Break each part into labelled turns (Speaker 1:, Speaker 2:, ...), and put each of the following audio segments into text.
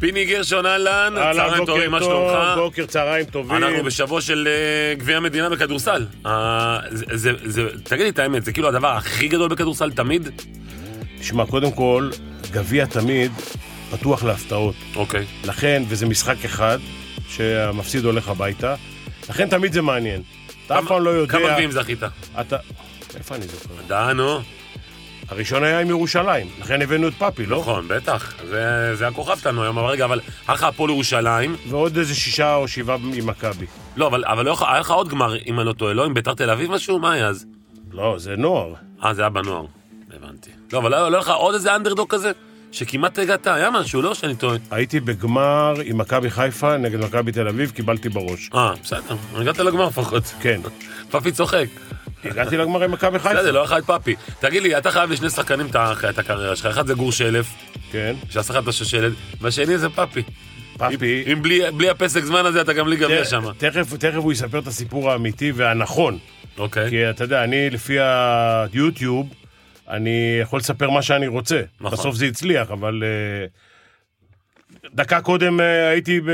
Speaker 1: פיני גרשון, אהלן, צהריים טובים, מה שלומך?
Speaker 2: בוקר, צהריים טובים.
Speaker 1: אנחנו בשבוע של אה, גביע המדינה בכדורסל. אה, זה- זה, זה, תגיד לי את האמת, זה כאילו הדבר הכי גדול בכדורסל תמיד?
Speaker 2: תשמע, קודם כל, גביע תמיד פתוח להפתעות.
Speaker 1: אוקיי.
Speaker 2: לכן, וזה משחק אחד, שהמפסיד הולך הביתה, לכן תמיד זה מעניין. אתה אף
Speaker 1: כמה-
Speaker 2: פעם לא יודע...
Speaker 1: כמה גביעים זכית?
Speaker 2: אתה... איפה אני זוכר? לא.
Speaker 1: דנו.
Speaker 2: הראשון היה עם ירושלים, לכן הבאנו את פאפי, לא?
Speaker 1: נכון, בטח. זה, זה הכוכב שלנו היום, אבל רגע, אבל היה לך הפועל ירושלים.
Speaker 2: ועוד איזה שישה או שבעה עם מכבי.
Speaker 1: לא, אבל, אבל לא, יכול- היה לך עוד גמר, אם אני לא טועה, לא? עם ביתר תל אביב משהו? מה היה אז?
Speaker 2: לא, זה נוער.
Speaker 1: אה, זה היה בנוער. הבנתי. לא, אבל לא לא היה לך עוד איזה אנדרדוג כזה? שכמעט הגעת, היה משהו, לא שאני טועה.
Speaker 2: הייתי בגמר עם מכבי חיפה נגד מכבי תל אביב, קיבלתי בראש.
Speaker 1: אה, בסדר, הגעת לגמר לפחות.
Speaker 2: כן.
Speaker 1: פאפי צוחק.
Speaker 2: הגעתי לגמר עם מכבי חיפה.
Speaker 1: בסדר, לא היה לך את פאפי. תגיד לי, אתה חייב לשני שחקנים את ה- את הקריירה שלך. אחד זה גור שלף,
Speaker 2: כן.
Speaker 1: שעשה לך את השושלת, והשני זה פאפי.
Speaker 2: פאפי.
Speaker 1: אם בלי- בלי הפסק זמן הזה, אתה גם בלי
Speaker 2: כן.
Speaker 1: גביע שם.
Speaker 2: תכף, תכף הוא יספר את הסיפור האמיתי והנכון.
Speaker 1: אוקיי.
Speaker 2: כי אתה יודע, אני לפי היוטיוב, אני יכול לספר מה שאני רוצה.
Speaker 1: נכון.
Speaker 2: בסוף זה הצליח, אבל... אה, דקה קודם אה, הייתי ב...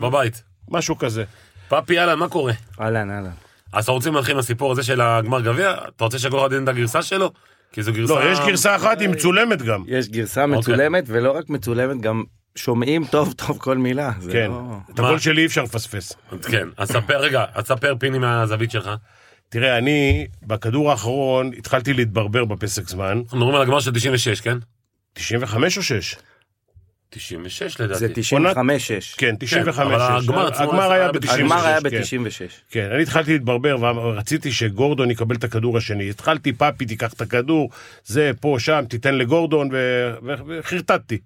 Speaker 1: בבית.
Speaker 2: משהו כזה.
Speaker 1: פאפי, יאללה, מה קורה?
Speaker 3: אהלן, אהלן.
Speaker 1: אז אתה רוצה להתחיל עם הסיפור הזה של הגמר גביע? אתה רוצה שכל אחד ידע את הגרסה שלו? כי זו גרסה...
Speaker 2: לא, יש גרסה אחת עם מצולמת גם.
Speaker 3: יש גרסה מצולמת, ולא רק מצולמת, גם שומעים טוב טוב כל מילה. זה
Speaker 2: כן.
Speaker 3: לא-
Speaker 2: את הקול
Speaker 1: מה?
Speaker 2: שלי אי אפשר לפספס.
Speaker 1: כן, אז ספר, רגע, אז ספר פיני מהזווית שלך.
Speaker 2: תראה, אני בכדור האחרון התחלתי להתברבר בפסק זמן,
Speaker 1: אנחנו מדברים על הגמר של 96, כן?
Speaker 2: 95 או 6?
Speaker 1: 96 לדעתי.
Speaker 3: זה 95-6.
Speaker 2: כן, 95.
Speaker 1: אבל הגמר עצמו
Speaker 2: הגמר היה
Speaker 1: היה ב-
Speaker 2: ב-96.
Speaker 3: הגמר היה
Speaker 2: כן.
Speaker 3: ב-96.
Speaker 2: כן, אני התחלתי להתברבר ורציתי שגורדון יקבל את הכדור השני. התחלתי, פאפי תיקח את הכדור, זה, פה, שם, תיתן לגורדון, ו- ו- וחרטטתי.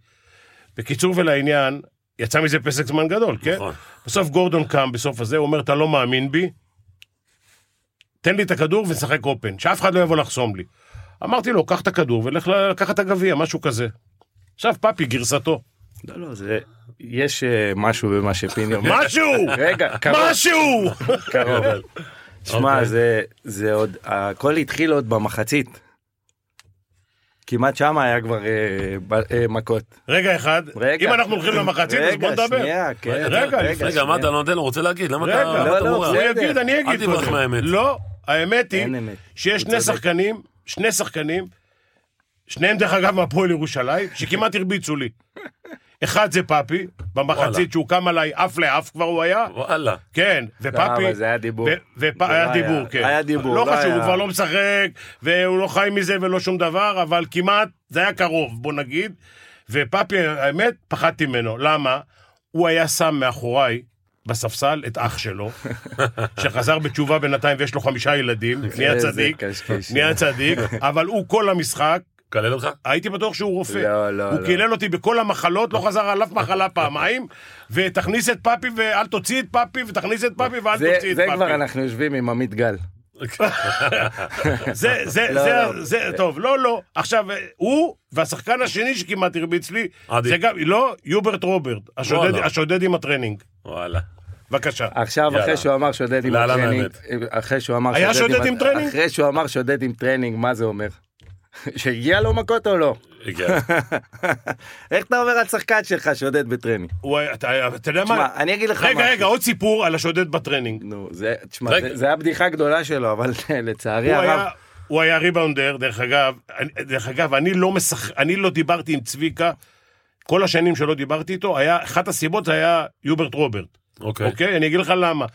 Speaker 2: בקיצור ולעניין, יצא מזה פסק זמן גדול, כן?
Speaker 1: נכון.
Speaker 2: בסוף גורדון קם, בסוף הזה, הוא אומר, אתה לא מאמין בי, תן לי את הכדור ונשחק אופן, שאף אחד לא יבוא לחסום לי. אמרתי לו, קח את הכדור ולך ל- לקחת את הגביע, משהו כזה. עכשיו פאפי, גרסתו.
Speaker 3: לא, לא, זה... יש אה, משהו במה שפיני אומר.
Speaker 2: משהו!
Speaker 3: רגע, קרוב,
Speaker 2: משהו!
Speaker 3: קרוב. שמע,
Speaker 1: אוקיי.
Speaker 3: זה- זה עוד... הכל התחיל עוד במחצית. כמעט שמה היה כבר אה, ב- אה, מכות.
Speaker 2: רגע אחד,
Speaker 3: רגע.
Speaker 2: אם אנחנו הולכים למחצית, אז בוא
Speaker 3: רגע,
Speaker 2: נדבר.
Speaker 3: שנייה, כן.
Speaker 2: רגע,
Speaker 1: רגע, מה אתה לא נותן לו? רוצה להגיד, למה
Speaker 2: רגע,
Speaker 1: אתה... למה
Speaker 3: לא,
Speaker 1: אתה
Speaker 3: כן. לא,
Speaker 1: מורח?
Speaker 2: הוא
Speaker 3: בסדר.
Speaker 2: יגיד, אני אגיד
Speaker 1: אל תברח
Speaker 2: קודם.
Speaker 1: מהאמת.
Speaker 2: לא, האמת היא
Speaker 3: אין אמת.
Speaker 2: שיש
Speaker 3: הוא
Speaker 2: שני
Speaker 3: צודק.
Speaker 2: שחקנים, שני שחקנים, שניהם דרך אגב מהפועל ירושלים, שכמעט הרביצו לי. אחד זה פאפי,
Speaker 1: וואלה.
Speaker 2: במחצית שהוא קם עליי אף לאף כבר הוא היה,
Speaker 1: וואלה.
Speaker 2: כן,
Speaker 3: לא,
Speaker 2: ופאפי...
Speaker 3: אבל זה היה דיבור.
Speaker 2: ו-
Speaker 3: זה
Speaker 2: ופ-
Speaker 3: לא
Speaker 2: היה
Speaker 3: היה-
Speaker 2: דיבור, כן.
Speaker 3: היה דיבור,
Speaker 2: לא
Speaker 3: לא
Speaker 2: חשוב, הוא
Speaker 3: היה-
Speaker 2: כבר לא משחק, והוא לא חי מזה ולא שום דבר, אבל כמעט, זה היה קרוב, בוא נגיד. ופאפי, האמת, פחדתי ממנו. למה? הוא היה שם מאחוריי, בספסל, את אח שלו, שחזר בתשובה בינתיים ויש לו חמישה ילדים, נהיה
Speaker 3: איזה
Speaker 2: צדיק,
Speaker 3: קשקש.
Speaker 2: נהיה צדיק, אבל הוא כל המשחק,
Speaker 1: מקלל אותך?
Speaker 2: הייתי בטוח שהוא רופא.
Speaker 3: לא, לא,
Speaker 2: הוא
Speaker 3: לא.
Speaker 2: קילל אותי בכל המחלות, לא חזר על אף מחלה פעמיים, ותכניס את פאפי ואל תוציא את פאפי, ותכניס את פאפי ואל
Speaker 3: זה-
Speaker 2: תוציא את
Speaker 3: זה
Speaker 2: פאפי.
Speaker 3: כבר אנחנו יושבים עם עמית גל.
Speaker 2: זה, זה,
Speaker 3: לא,
Speaker 2: זה,
Speaker 3: לא.
Speaker 2: זה, טוב, לא, לא. עכשיו, הוא והשחקן השני שכמעט הרביץ לי,
Speaker 1: עדי.
Speaker 2: זה גם, לא, יוברט רוברט, השודד-
Speaker 1: וואלה.
Speaker 2: השודד עם הטרנינג.
Speaker 1: וואלה.
Speaker 2: בבקשה.
Speaker 3: עכשיו,
Speaker 1: יאללה.
Speaker 3: אחרי שהוא אמר שודד עם
Speaker 1: להלן
Speaker 3: הטרנינג, אחרי שהוא אמר
Speaker 2: היה שודד עם טרנינג?
Speaker 3: אחרי שהוא אמר שודד עם טרנינג, מה זה אומר? שהגיע לו מכות או לא?
Speaker 1: הגיע.
Speaker 3: איך אתה אומר על שחקן שלך שודד בטרנינג?
Speaker 2: הוא היה- אתה אתה יודע
Speaker 3: תשמע,
Speaker 2: מה?
Speaker 3: אני אגיד לך משהו.
Speaker 2: רגע, רגע, עוד סיפור על השודד בטרנינג.
Speaker 3: נו, זה, תשמע,
Speaker 1: רגע.
Speaker 3: זה- זה היה בדיחה גדולה שלו, אבל לצערי
Speaker 2: הוא היה-
Speaker 3: הרב,
Speaker 2: הוא היה ריבאונדר, דרך אגב, אני- דרך אגב, אני לא משח... אני לא דיברתי עם צביקה, כל השנים שלא דיברתי איתו, היה, אחת הסיבות היה יוברט רוברט,
Speaker 1: אוקיי.
Speaker 2: אוקיי? אני אגיד לך למה.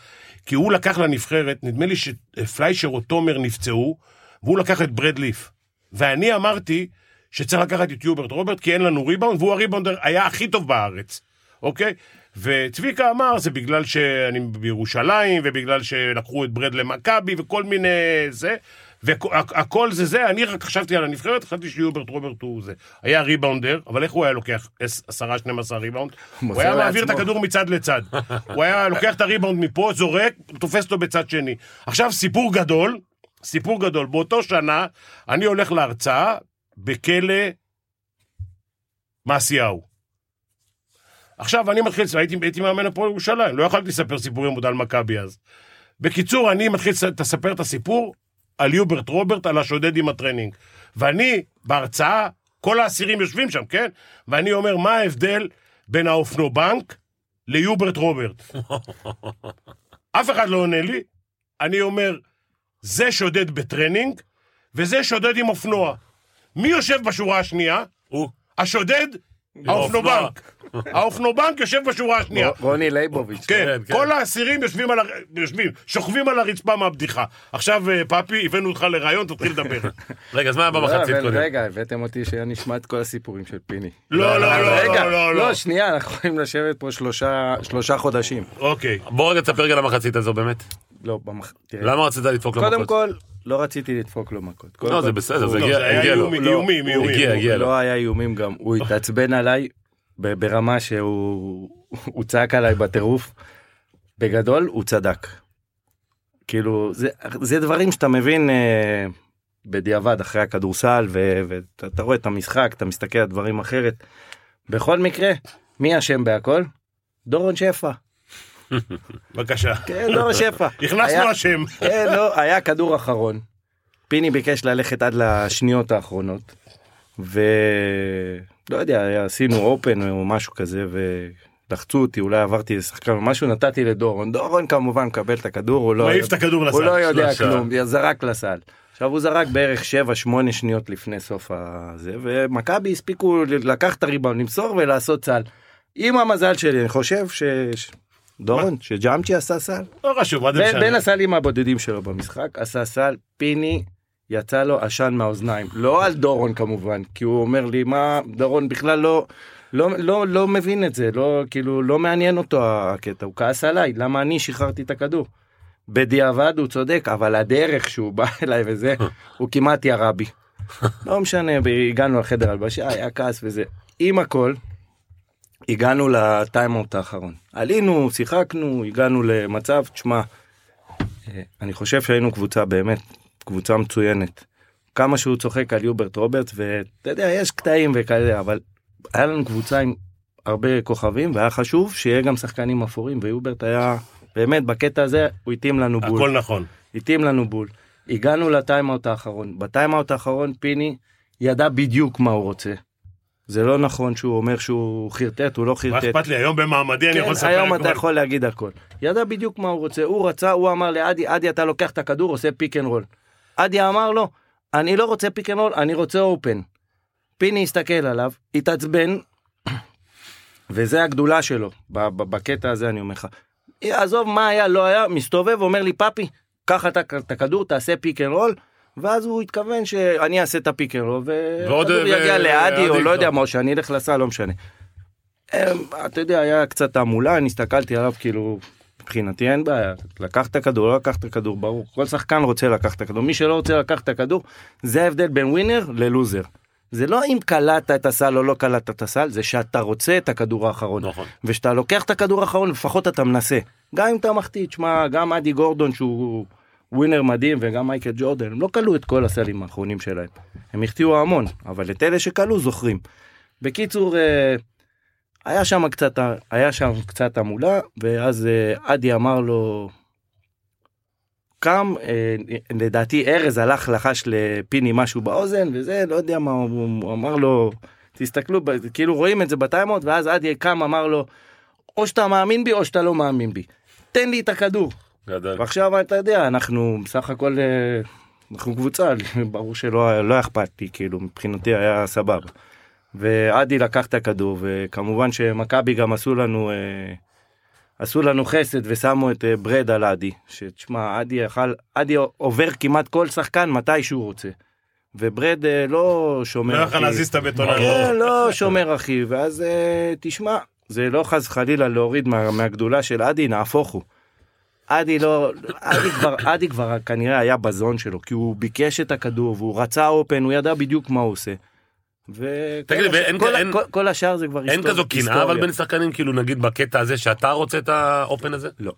Speaker 2: כי הוא לקח לנבחרת, נדמה לי שפליישר או תומר נפצעו, והוא לקח את ברד ליף. ואני אמרתי שצריך לקחת את יוברט רוברט, כי אין לנו ריבאונד, והוא הריבאונדר היה הכי טוב בארץ, אוקיי? וצביקה אמר, זה בגלל שאני בירושלים, ובגלל שלקחו את ברד למכבי, וכל מיני זה, והכל זה זה, אני רק חשבתי על הנבחרת, חשבתי שיוברט רוברט הוא זה. היה ריבאונדר, אבל איך הוא היה לוקח 10-12 ריבאונד? הוא
Speaker 3: מוסר
Speaker 2: היה מעביר את
Speaker 3: לעצמו.
Speaker 2: הכדור מצד לצד. הוא היה לוקח את הריבאונד מפה, זורק, תופס אותו בצד שני. עכשיו, סיפור גדול, סיפור גדול. באותו שנה, אני הולך להרצאה בכלא מעשיהו. עכשיו, אני מתחיל, הייתי, הייתי מאמן הפועל ירושלים, לא יכולתי לספר סיפורים עוד על מכבי אז. בקיצור, אני מתחיל לס- לספר את הסיפור על יוברט רוברט, על השודד עם הטרנינג. ואני, בהרצאה, כל האסירים יושבים שם, כן? ואני אומר, מה ההבדל בין האופנובנק ליוברט רוברט. אף אחד לא עונה לי, אני אומר, זה שודד בטרנינג, וזה שודד עם אופנוע. מי יושב בשורה השנייה?
Speaker 1: הוא.
Speaker 2: השודד, האופנובנק. האופנובנק יושב בשורה השנייה.
Speaker 3: רוני לייבוביץ'.
Speaker 2: כן,
Speaker 1: כן, כן.
Speaker 2: כל האסירים יושבים על, הר... יושבים, שוכבים על הרצפה מהבדיחה. עכשיו, אה, פאפי, הבאנו אותך לרעיון, תתחיל לדבר.
Speaker 1: רגע, אז מה היה במחצית
Speaker 3: לא, אבל
Speaker 1: קודם?
Speaker 3: רגע, הבאתם אותי שהיה נשמע את כל הסיפורים של פיני.
Speaker 2: לא, לא,
Speaker 3: אבל
Speaker 2: לא,
Speaker 3: רגע,
Speaker 2: לא, לא, לא.
Speaker 3: לא, שנייה, אנחנו יכולים לשבת פה שלושה- שלושה חודשים.
Speaker 2: אוקיי.
Speaker 1: בוא רגע תספר רגע על המחצית הזו באמת.
Speaker 3: לא, במח... תראה.
Speaker 1: למה רצית לדפוק לו מכות?
Speaker 3: קודם כל, לא רציתי לדפוק לו מכות. קודם
Speaker 1: לא,
Speaker 3: כל,
Speaker 1: זה בסדר, זה
Speaker 2: לא,
Speaker 1: הגיע
Speaker 2: זה היה
Speaker 1: הגיע לו.
Speaker 2: איומים, איומים,
Speaker 1: הוא
Speaker 2: איומים.
Speaker 1: הגיע, הגיע לו.
Speaker 3: לא היה איומים גם, הוא התעצבן עליי ב- ברמה שהוא הוא צעק עליי בטירוף. בגדול, הוא צדק. כאילו, זה, זה דברים שאתה מבין אה, בדיעבד אחרי הכדורסל, ו- ואתה אתה רואה את המשחק, אתה מסתכל על דברים אחרת. בכל מקרה, מי אשם בהכל? דורון שפע.
Speaker 2: בבקשה.
Speaker 3: כן, דורון שפע.
Speaker 2: הכנסנו
Speaker 3: היה-
Speaker 2: אשם.
Speaker 3: כן, לא, היה כדור אחרון. פיני ביקש ללכת עד לשניות האחרונות, ולא יודע, היה- עשינו אופן או משהו כזה, ולחצו אותי, אולי עברתי לשחקן או משהו, נתתי לדורון. דורון כמובן מקבל את הכדור, הוא לא,
Speaker 2: מעיף את הכדור לסל.
Speaker 3: הוא לא יודע
Speaker 1: לשער.
Speaker 3: כלום, זרק לסל. עכשיו הוא זרק בערך 7-8 שניות לפני סוף הזה, ומכבי הספיקו ל- לקחת את הריבאונד, למסור ולעשות סל. עם המזל שלי, אני חושב ש... ש- דורון, שג'אמצ'י עשה סל.
Speaker 2: לא חשוב, עד
Speaker 3: בין, בין
Speaker 2: עכשיו.
Speaker 3: הסלים הבודדים שלו במשחק עשה סל פיני יצא לו עשן מהאוזניים לא על דורון כמובן כי הוא אומר לי מה דורון בכלל לא לא לא לא מבין את זה לא כאילו לא מעניין אותו הקטע הוא כעס עליי למה אני שחררתי את הכדור. בדיעבד הוא צודק אבל הדרך שהוא בא אליי וזה הוא כמעט ירה בי. לא משנה הגענו לחדר הלבשה היה כעס וזה עם הכל הגענו לטיימאוט האחרון. עלינו, שיחקנו, הגענו למצב, תשמע, אה, אני חושב שהיינו קבוצה באמת, קבוצה מצוינת. כמה שהוא צוחק על יוברט רוברט, ואתה יודע, יש קטעים וכאלה, אבל היה לנו קבוצה עם הרבה כוכבים, והיה חשוב שיהיה גם שחקנים אפורים, ויוברט היה, באמת, בקטע הזה, הוא התאים לנו בול.
Speaker 2: הכל נכון.
Speaker 3: התאים לנו בול. הגענו לטיימאוט האחרון. בטיימאוט האחרון פיני ידע בדיוק מה הוא רוצה. זה לא נכון שהוא אומר שהוא חרטט, הוא לא
Speaker 2: מה
Speaker 3: חרטט.
Speaker 2: אכפת לי, היום במעמדי אני יכול
Speaker 3: כן,
Speaker 2: לספר.
Speaker 3: היום אתה
Speaker 2: הכל.
Speaker 3: יכול להגיד הכל. ידע בדיוק מה הוא רוצה, הוא רצה, הוא אמר לעדי, עדי אתה לוקח את הכדור, עושה פיק אנד רול. עדי אמר לו, אני לא רוצה פיק אנד רול, אני רוצה אופן. פיני הסתכל עליו, התעצבן, וזה הגדולה שלו, ב- ב- בקטע הזה אני אומר לך. עזוב מה היה, לא היה, מסתובב, אומר לי, פאפי, קח אתה את הכדור, תעשה פיק אנד רול. ואז הוא התכוון שאני אעשה את הפיק אנד רול,
Speaker 1: ועוד-
Speaker 3: והכדור יגיע
Speaker 1: ו-
Speaker 3: לעדי, או
Speaker 1: ועדי
Speaker 3: לא יודע
Speaker 1: יקלוט.
Speaker 3: מה, או שאני אלך לסל, לא משנה. אמ, אתה יודע, היה קצת תעמולה, אני הסתכלתי עליו כאילו, מבחינתי אין בעיה, לקח את הכדור, לא לקח את הכדור, ברור, כל שחקן רוצה לקחת את הכדור, מי שלא רוצה לקחת את הכדור, זה ההבדל בין ווינר ללוזר. זה לא אם קלעת את הסל או לא קלעת את הסל, זה שאתה רוצה את הכדור האחרון.
Speaker 1: נכון.
Speaker 3: וכשאתה לוקח את הכדור האחרון, לפחות אתה מנסה. גם אם אתה מחטיא, תשמע, גם אדי גורדון שהוא ווינר מדהים, וגם מייקל ג'ורדן, הם לא כלו את כל הסלים האחרונים שלהם. הם החטיאו המון, אבל את אלה שכלו זוכרים. בקיצור, אה, היה שם קצת, היה שם קצת המולה, ואז אה, אדי אמר לו, קם, אה, לדעתי ארז הלך לחש לפיני משהו באוזן, וזה, לא יודע מה, הוא, הוא אמר לו, תסתכלו, ב- כאילו רואים את זה בטיימות, ואז אדי קם, אמר לו, או שאתה מאמין בי או שאתה לא מאמין בי. תן לי את הכדור.
Speaker 1: גדל.
Speaker 2: כן.
Speaker 3: ועכשיו אתה יודע, אנחנו בסך הכל, אה, אנחנו קבוצה, ברור שלא לא אכפת לי, כאילו, מבחינתי היה סבבה. ועדי לקח את הכדור, וכמובן שמכבי גם עשו לנו, אה, עשו לנו חסד ושמו את אה, ברד על עדי, שתשמע, עדי יכל, עדי עובר כמעט כל שחקן מתי שהוא רוצה. וברד אה, לא שומר.
Speaker 2: לא יכול
Speaker 3: כי-
Speaker 2: להזיז את הבטונן.
Speaker 3: כן, לא שומר אחי, ואז אה, תשמע, זה לא חס חלילה להוריד מה- מהגדולה של אדי, נהפוך הוא. אדי לא, אדי כבר, אדי כבר כנראה היה בזון שלו, כי הוא ביקש את הכדור, והוא רצה אופן, הוא ידע בדיוק מה הוא עושה. ו-
Speaker 1: תגיד לי,
Speaker 3: כל הש-
Speaker 1: ואין-
Speaker 3: כל,
Speaker 1: אין-
Speaker 3: כל, כל השאר זה כבר
Speaker 1: אין
Speaker 3: היסטוריה.
Speaker 1: כזו קנאה אבל בין שחקנים, כאילו נגיד בקטע הזה שאתה רוצה את האופן הזה?
Speaker 3: לא.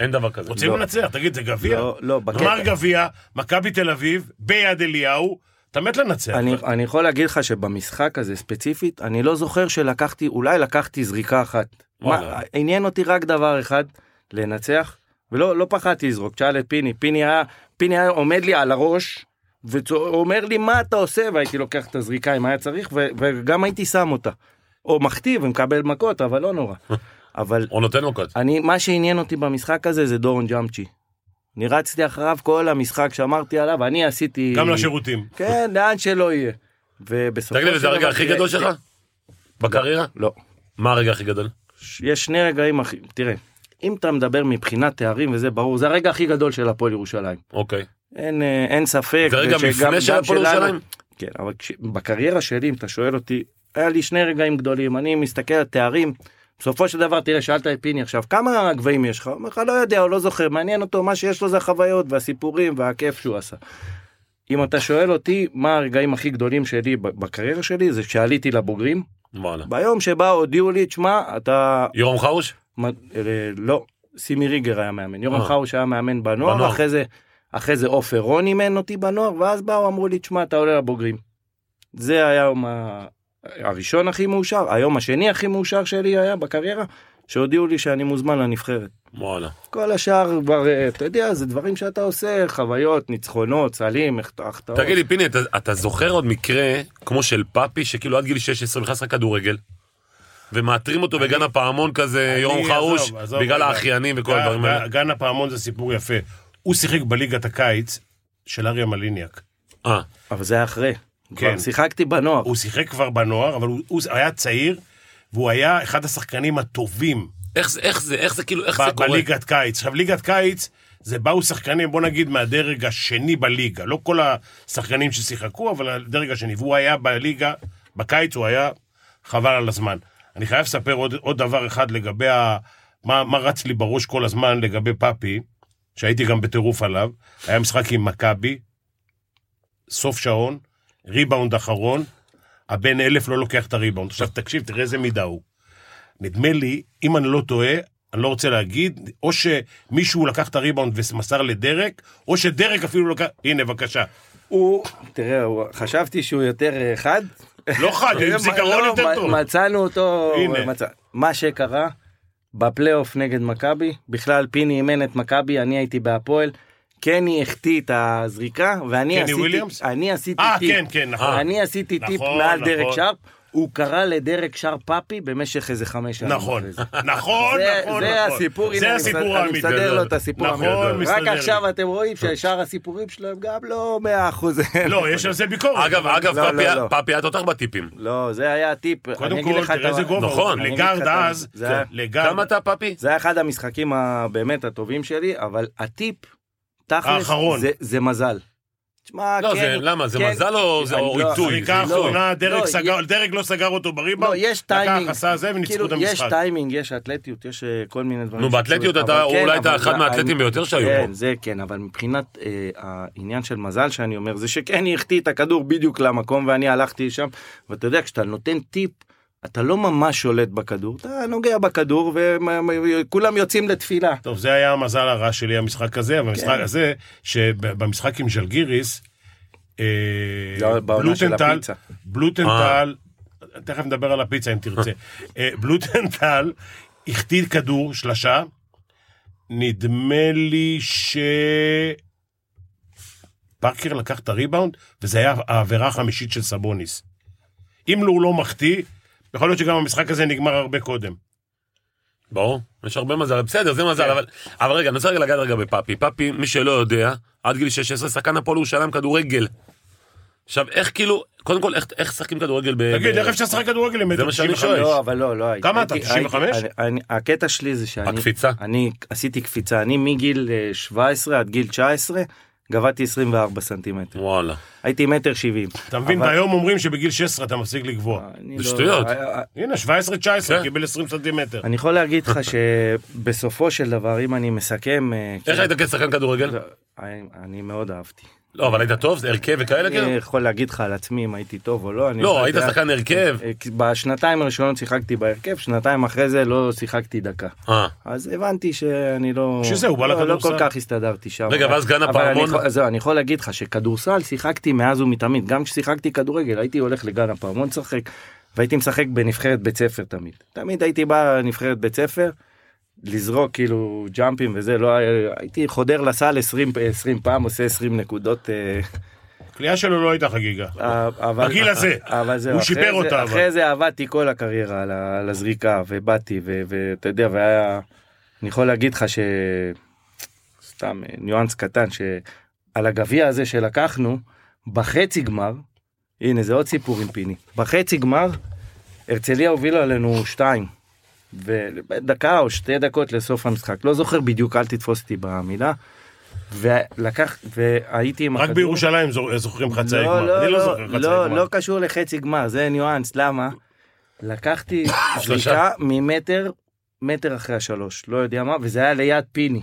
Speaker 1: אין דבר כזה.
Speaker 2: רוצים
Speaker 3: לא.
Speaker 2: לנצח, תגיד, זה גביע?
Speaker 3: לא, לא, בקטע.
Speaker 2: גמר גביע, מכבי תל אביב, ביד אליהו, אתה מת לנצח.
Speaker 3: אני, אני יכול להגיד לך שבמשחק הזה ספציפית, אני לא זוכר שלקחתי, אולי לקחתי זריקה אחת.
Speaker 1: וואלה.
Speaker 3: מה, עניין אותי רק דבר אחד, לנצח, ולא לא פחדתי לזרוק, תשאל את פיני, פיני היה, פיני היה עומד לי על הראש, ואומר לי מה אתה עושה, והייתי לוקח את הזריקה אם היה צריך, ו, וגם הייתי שם אותה. או מחטיא ומקבל מכות, אבל לא נורא. אבל
Speaker 1: או נותן מכות.
Speaker 3: אני, מה שעניין אותי במשחק הזה זה דורון ג'אמצ'י. אני רצתי אחריו כל המשחק שאמרתי עליו, אני עשיתי...
Speaker 2: גם לא לשירותים.
Speaker 3: כן, לאן שלא יהיה. ובסופו
Speaker 1: תגיד
Speaker 3: לא,
Speaker 1: לי, וזה הרגע הכי
Speaker 3: תראה,
Speaker 1: גדול שלך? בקריירה?
Speaker 3: לא.
Speaker 1: מה הרגע הכי גדול?
Speaker 3: יש שני רגעים הכי... תראה, אם אתה מדבר מבחינת תארים וזה ברור, זה הרגע הכי גדול של הפועל ירושלים.
Speaker 1: אוקיי.
Speaker 3: אין, אה, אין ספק.
Speaker 1: זה רגע
Speaker 3: ושגם-
Speaker 1: מפנה של
Speaker 3: גם
Speaker 1: הפועל
Speaker 3: שלנו-
Speaker 1: ירושלים?
Speaker 3: כן, אבל כש... בקריירה שלי, אם אתה שואל אותי, היה לי שני רגעים גדולים, אני מסתכל על תארים, בסופו של דבר, תראה, שאלת את פיני עכשיו, כמה גבהים יש לך? הוא אומר לך, לא יודע, הוא לא זוכר, מעניין אותו, מה שיש לו זה החוויות והסיפורים והכיף שהוא עשה. אם אתה שואל אותי, מה הרגעים הכי גדולים שלי ב- בקריירה שלי, זה כשעליתי לבוגרים,
Speaker 1: וואלה.
Speaker 3: ביום שבה הודיעו לי, תשמע, אתה...
Speaker 1: יורם חרוש?
Speaker 3: מ- אה, לא, סימי ריגר היה מאמן, יורם
Speaker 1: אה.
Speaker 3: חרוש היה מאמן
Speaker 1: בנוער.
Speaker 3: בנוער, אחרי זה, אחרי זה עופר רון אימן אותי בנוער, ואז באו אמרו לי, תשמע, אתה עולה לבוגרים. זה היה היום ה- הראשון הכי מאושר, היום השני הכי מאושר שלי היה בקריירה, שהודיעו לי שאני מוזמן לנבחרת.
Speaker 1: וואלה.
Speaker 3: כל השאר כבר, אה, אתה יודע, זה דברים שאתה עושה, חוויות, ניצחונות, סלים, החט- החטאות.
Speaker 1: תגיד לי, פיני, אתה- אתה זוכר עוד מקרה כמו של פאפי, שכאילו עד גיל 16 נכנס לשחק כדורגל, ומאתרים אותו בגן הפעמון כזה,
Speaker 2: אני-
Speaker 1: יורם
Speaker 2: עזוב,
Speaker 1: חרוש,
Speaker 2: עזוב,
Speaker 1: בגלל
Speaker 2: רגע.
Speaker 1: האחיינים וכל
Speaker 2: גן-
Speaker 1: הדברים האלה?
Speaker 2: גן- גן הפעמון זה סיפור יפה. הוא שיחק בליגת הקיץ של אריה מליניאק.
Speaker 1: אה,
Speaker 3: אבל זה היה אחרי.
Speaker 2: כן.
Speaker 3: כן. שיחקתי בנוער.
Speaker 2: הוא שיחק כבר בנוער, אבל הוא, הוא היה צעיר, והוא היה אחד השחקנים הטובים
Speaker 1: איך זה, איך זה, איך זה, כאילו, איך זה
Speaker 2: ב-
Speaker 1: קורה?
Speaker 2: בליגת קיץ. עכשיו, ליגת קיץ, זה באו שחקנים, בוא נגיד, מהדרג השני בליגה. לא כל השחקנים ששיחקו, אבל הדרג השני. והוא היה בליגה, בקיץ הוא היה חבל על הזמן. אני חייב לספר עוד, עוד דבר אחד לגבי ה... מה, מה רץ לי בראש כל הזמן לגבי פאפי, שהייתי גם בטירוף עליו. היה משחק עם מכבי, סוף שעון, ריבאונד אחרון, הבן אלף לא לוקח את הריבאונד. עכשיו תקשיב, תראה איזה מידה הוא. נדמה לי, אם אני לא טועה, אני לא רוצה להגיד, או שמישהו לקח את הריבאונד ומסר לדרק, או שדרק אפילו לקח... הנה, בבקשה.
Speaker 3: הוא, תראה, הוא- חשבתי שהוא יותר אה, חד.
Speaker 2: לא חד, עם זיכרון
Speaker 3: לא,
Speaker 2: יותר
Speaker 3: מ-
Speaker 2: טוב.
Speaker 3: מצאנו אותו,
Speaker 2: הנה.
Speaker 3: מצא- מה שקרה בפלייאוף נגד מכבי, בכלל פיני אימן את מכבי, אני הייתי בהפועל, קני החטיא את הזריקה, ואני
Speaker 2: קני
Speaker 3: עשיתי,
Speaker 2: וויליאמס?
Speaker 3: אני עשיתי
Speaker 2: אה,
Speaker 3: טיפ,
Speaker 2: כן, כן, נכון.
Speaker 3: אני עשיתי טיפ
Speaker 2: נכון,
Speaker 3: מעל
Speaker 2: נכון.
Speaker 3: דרק שרפ, הוא קרא לדרק שרפ פאפי במשך איזה חמש שנים.
Speaker 2: נכון,
Speaker 3: אחרי זה.
Speaker 2: נכון, נכון,
Speaker 3: זה,
Speaker 2: נכון.
Speaker 3: זה הסיפור, הנה,
Speaker 2: זה
Speaker 3: אני
Speaker 2: הסיפור
Speaker 3: מסד-
Speaker 2: האמיתי.
Speaker 3: אני מסדר
Speaker 1: גדול.
Speaker 3: לו את הסיפור.
Speaker 2: נכון,
Speaker 3: האמיתי. רק
Speaker 2: מסתדר.
Speaker 3: עכשיו אתם רואים ששאר הסיפורים שלהם גם לא מאה אחוז.
Speaker 2: לא, יש על זה ביקורת.
Speaker 1: אגב,
Speaker 2: אבל-
Speaker 1: אגב,
Speaker 3: לא,
Speaker 1: פאפי-
Speaker 3: לא, לא.
Speaker 1: פאפי היה תותח בטיפים.
Speaker 3: לא, זה היה הטיפ. אני
Speaker 2: קודם
Speaker 3: אגיד
Speaker 2: כל,
Speaker 3: לך את
Speaker 2: תראה איזה
Speaker 3: ה-
Speaker 2: גובה. הוא. לא
Speaker 1: נכון. אני
Speaker 3: אגיד
Speaker 2: לגארד
Speaker 3: לך את ה-
Speaker 2: אז,
Speaker 3: זה היה-
Speaker 2: לגארד...
Speaker 1: כמה אתה, פאפי?
Speaker 3: זה היה אחד המשחקים הבאמת הטובים שלי, אבל הטיפ, תכלס,
Speaker 2: האחרון.
Speaker 3: זה- זה מזל. תשמע,
Speaker 1: לא, זה,
Speaker 3: כן,
Speaker 1: למה? זה
Speaker 3: כן.
Speaker 1: מזל או זה-
Speaker 3: אני
Speaker 1: או
Speaker 3: לא-
Speaker 1: ריצוי?
Speaker 2: הזריקה
Speaker 1: זה ריצוי.
Speaker 2: האחרונה,
Speaker 3: לא,
Speaker 2: דרק סגר-
Speaker 3: יש-
Speaker 2: דרק לא סגר אותו בריבאונד,
Speaker 3: לא, יש
Speaker 2: לקח,
Speaker 3: טיימינג,
Speaker 2: עשה זה וניצחו את
Speaker 3: כאילו, יש
Speaker 2: המשחק.
Speaker 3: טיימינג, יש אתלטיות, יש אה, כל מיני דברים.
Speaker 1: נו, באתלטיות
Speaker 3: שקשורים,
Speaker 1: אתה
Speaker 3: אבל כן,
Speaker 1: אולי אתה
Speaker 3: אבל
Speaker 1: אחד
Speaker 3: זה-
Speaker 1: מהאתלטים
Speaker 3: אני-
Speaker 1: ביותר שהיו
Speaker 3: כן,
Speaker 1: פה.
Speaker 3: זה כן, אבל מבחינת אה, העניין של מזל שאני אומר, זה שכן החטיא את הכדור בדיוק למקום ואני הלכתי שם, ואתה יודע, כשאתה נותן טיפ, אתה לא ממש שולט בכדור, אתה נוגע בכדור וכולם יוצאים לתפילה.
Speaker 2: טוב, זה היה המזל הרע שלי, המשחק הזה, אבל
Speaker 3: כן.
Speaker 2: המשחק הזה, שבמשחק עם ז'לגיריס, אה,
Speaker 3: לא, בעונה של
Speaker 2: בלוטנטל-
Speaker 3: הפיצה.
Speaker 2: בלוטנטל,
Speaker 1: אה.
Speaker 2: תכף נדבר על הפיצה אם תרצה, אה, בלוטנטל החטיא כדור, שלשה, נדמה לי ש... פארקר לקח את הריבאונד, וזה היה העבירה החמישית של סבוניס. אם הוא לא מחטיא, יכול להיות שגם המשחק הזה נגמר הרבה קודם.
Speaker 1: ברור, יש הרבה מזל, בסדר, זה
Speaker 3: כן.
Speaker 1: מזל, אבל... אבל רגע, אני רוצה רגע לגעת רגע בפאפי. פאפי, מי שלא יודע, עד גיל 16, שחקן הפועל ירושלים כדורגל. עכשיו, איך כאילו, קודם כל, איך- איך משחקים כדורגל ב...
Speaker 2: תגיד,
Speaker 1: ב-
Speaker 2: איך אפשר לשחק כדורגל עם
Speaker 1: זה מה שאני שואל.
Speaker 3: לא, אבל לא, לא הייתי.
Speaker 2: כמה אתה,
Speaker 3: הייתי-
Speaker 2: 95?
Speaker 3: הייתי- אני- הקטע שלי זה שאני...
Speaker 1: הקפיצה.
Speaker 3: אני עשיתי קפיצה. אני מגיל אה, 17 עד גיל 19 גבהתי 24 סנטימטר.
Speaker 1: וואלה.
Speaker 3: הייתי מטר 70.
Speaker 2: אתה מבין,
Speaker 3: אבל-
Speaker 2: והיום אומרים שבגיל 16 אתה מפסיק לגבוה.
Speaker 3: אני
Speaker 1: זה
Speaker 3: לא-
Speaker 1: שטויות. כן.
Speaker 2: הנה, 17-19, קיבל 20 סנטימטר.
Speaker 3: אני יכול להגיד לך שבסופו של דבר, אם אני מסכם... אה,
Speaker 1: איך
Speaker 3: כן,
Speaker 1: היית כשחקן כדורגל?
Speaker 3: לא, אני- אני מאוד אהבתי.
Speaker 1: לא, אבל היית טוב, זה הרכב וכאלה
Speaker 3: אני
Speaker 1: כאילו?
Speaker 3: יכול להגיד לך על עצמי אם הייתי טוב או לא. אה, אני
Speaker 1: לא,
Speaker 3: יודע-
Speaker 1: היית שחקן הרכב.
Speaker 3: אה, בשנתיים הראשונות שיחקתי בהרכב, שנתיים אחרי זה לא שיחקתי דקה.
Speaker 1: אה,
Speaker 3: אז הבנתי שאני לא...
Speaker 2: שזהו, בא
Speaker 3: לא, לא
Speaker 2: לכדורסל.
Speaker 3: כל כך הסתדרתי שם.
Speaker 1: רגע,
Speaker 3: אבל-
Speaker 1: ואז גן
Speaker 3: אבל
Speaker 1: הפעמון?
Speaker 3: אני יכול- זהו, אני יכול להגיד לך שכדורסל שיחקתי מאז ומתמיד. גם כששיחקתי כדורגל הייתי הולך לגן הפעמון לשחק, והייתי משחק בנבחרת בית ספר תמיד. תמיד הייתי בא לנבחרת בית ספר, לזרוק כאילו ג'אמפים וזה, לא היה... הייתי חודר לסל 20, 20 פעם, עושה 20 נקודות. אה,
Speaker 2: הקליעה שלו לא הייתה חגיגה.
Speaker 3: אבל-
Speaker 2: בגיל הזה.
Speaker 3: אבל זהו,
Speaker 2: הוא
Speaker 3: אחרי
Speaker 2: שיפר
Speaker 3: זה-
Speaker 2: אותה, אבל.
Speaker 3: אחרי זה עבדתי כל הקריירה על ה- על הזריקה, ובאתי, ו- ואתה יודע, והיה... אני יכול להגיד לך ש... סתם אה, ניואנס קטן, שעל הגביע הזה שלקחנו, בחצי גמר, הנה זה עוד סיפור עם פיני, בחצי גמר, הרצליה הובילה עלינו שתיים. ודקה או שתי דקות לסוף המשחק, לא זוכר בדיוק, אל תתפוס אותי במילה. ולקח, והייתי עם
Speaker 2: רק
Speaker 3: הכדור.
Speaker 2: בירושלים זור- זוכרים חצאי גמר. אני לא זוכר חצאי
Speaker 3: לא,
Speaker 2: גמר.
Speaker 3: לא קשור לחצי גמר, זה ניואנס, למה? לקחתי זריקה ממטר, מטר אחרי השלוש, לא יודע מה, וזה היה ליד פיני.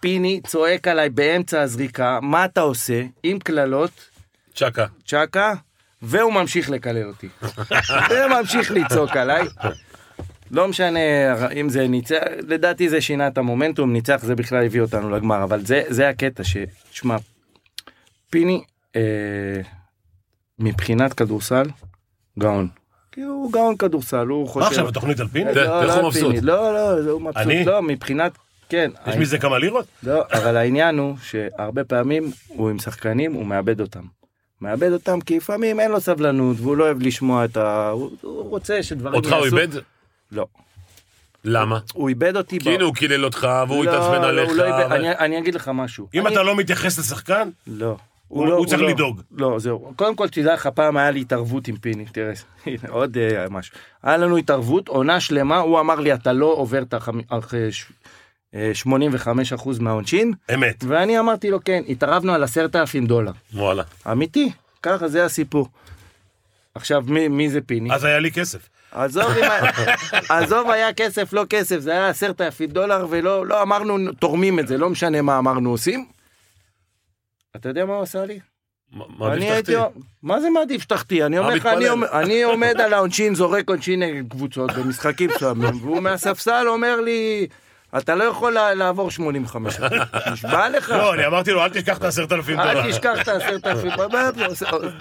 Speaker 3: פיני צועק עליי באמצע הזריקה, מה אתה עושה? עם קללות,
Speaker 1: צ'קה.
Speaker 3: צ'קה, והוא ממשיך לקלל אותי. וממשיך לצעוק עליי. לא משנה אם זה ניצח, לדעתי זה שינה את המומנטום, ניצח זה בכלל הביא אותנו לגמר, אבל זה, זה הקטע ש... שמע, פיני, אה, מבחינת כדורסל, גאון. כי הוא גאון כדורסל, הוא חושב...
Speaker 2: מה עכשיו, התוכנית על פיני?
Speaker 3: לא, לא,
Speaker 1: איך הוא
Speaker 3: פיני,
Speaker 1: מבסוט?
Speaker 3: לא, לא, זה- הוא מבסוט.
Speaker 2: אני?
Speaker 3: לא, מבחינת... כן.
Speaker 2: יש
Speaker 3: העניין-
Speaker 2: מזה כמה לירות?
Speaker 3: לא, אבל העניין הוא שהרבה פעמים הוא עם שחקנים, הוא מאבד אותם. מאבד אותם כי לפעמים אין לו סבלנות והוא לא אוהב לשמוע את ה... הוא הוא רוצה שדברים
Speaker 1: אותך הוא איבד?
Speaker 3: לא.
Speaker 1: למה?
Speaker 3: הוא איבד אותי.
Speaker 1: כי הנה כאילו הוא קילל אותך והוא התעצבן עליך.
Speaker 3: לא איבד-
Speaker 1: אבל-
Speaker 3: אני- אני אגיד לך משהו.
Speaker 2: אם
Speaker 3: אני-
Speaker 2: אתה לא מתייחס לשחקן,
Speaker 3: לא.
Speaker 2: הוא-
Speaker 3: לא-
Speaker 2: הוא צריך
Speaker 3: לא.
Speaker 2: לדאוג.
Speaker 3: לא, זהו. קודם כל, תדע לך, פעם היה לי התערבות עם פיני, תראה, הנה, עוד אה, משהו. היה לנו התערבות, עונה שלמה, הוא אמר לי, אתה לא עובר את אה, ה-85% מהעונשין,
Speaker 2: אמת.
Speaker 3: ואני אמרתי לו, כן, התערבנו על 10,000 דולר.
Speaker 1: וואלה.
Speaker 3: אמיתי, ככה זה הסיפור. עכשיו, מי, מי זה פיני?
Speaker 2: אז היה לי כסף.
Speaker 3: עזוב, אם ה- עזוב, היה כסף, לא כסף, זה היה עשרת אלפים דולר, ולא לא אמרנו, תורמים את זה, לא משנה מה אמרנו עושים. אתה יודע מה הוא עשה לי?
Speaker 1: מ- מעדיף
Speaker 3: אני הייתי-
Speaker 1: תחתי.
Speaker 3: מה זה מעדיף שתחתי? אני אומר לך,
Speaker 1: המתפלל.
Speaker 3: אני עומד- אני עומד על העונשין, זורק עונשין נגד קבוצות במשחקים מסוימים, והוא מהספסל אומר לי, אתה לא יכול לה- לעבור 85. נשבע לך.
Speaker 2: לא, אני אמרתי לו, אל תשכח את העשרת אלפים דולר.
Speaker 3: אה, אל תשכח את העשרת אלפים,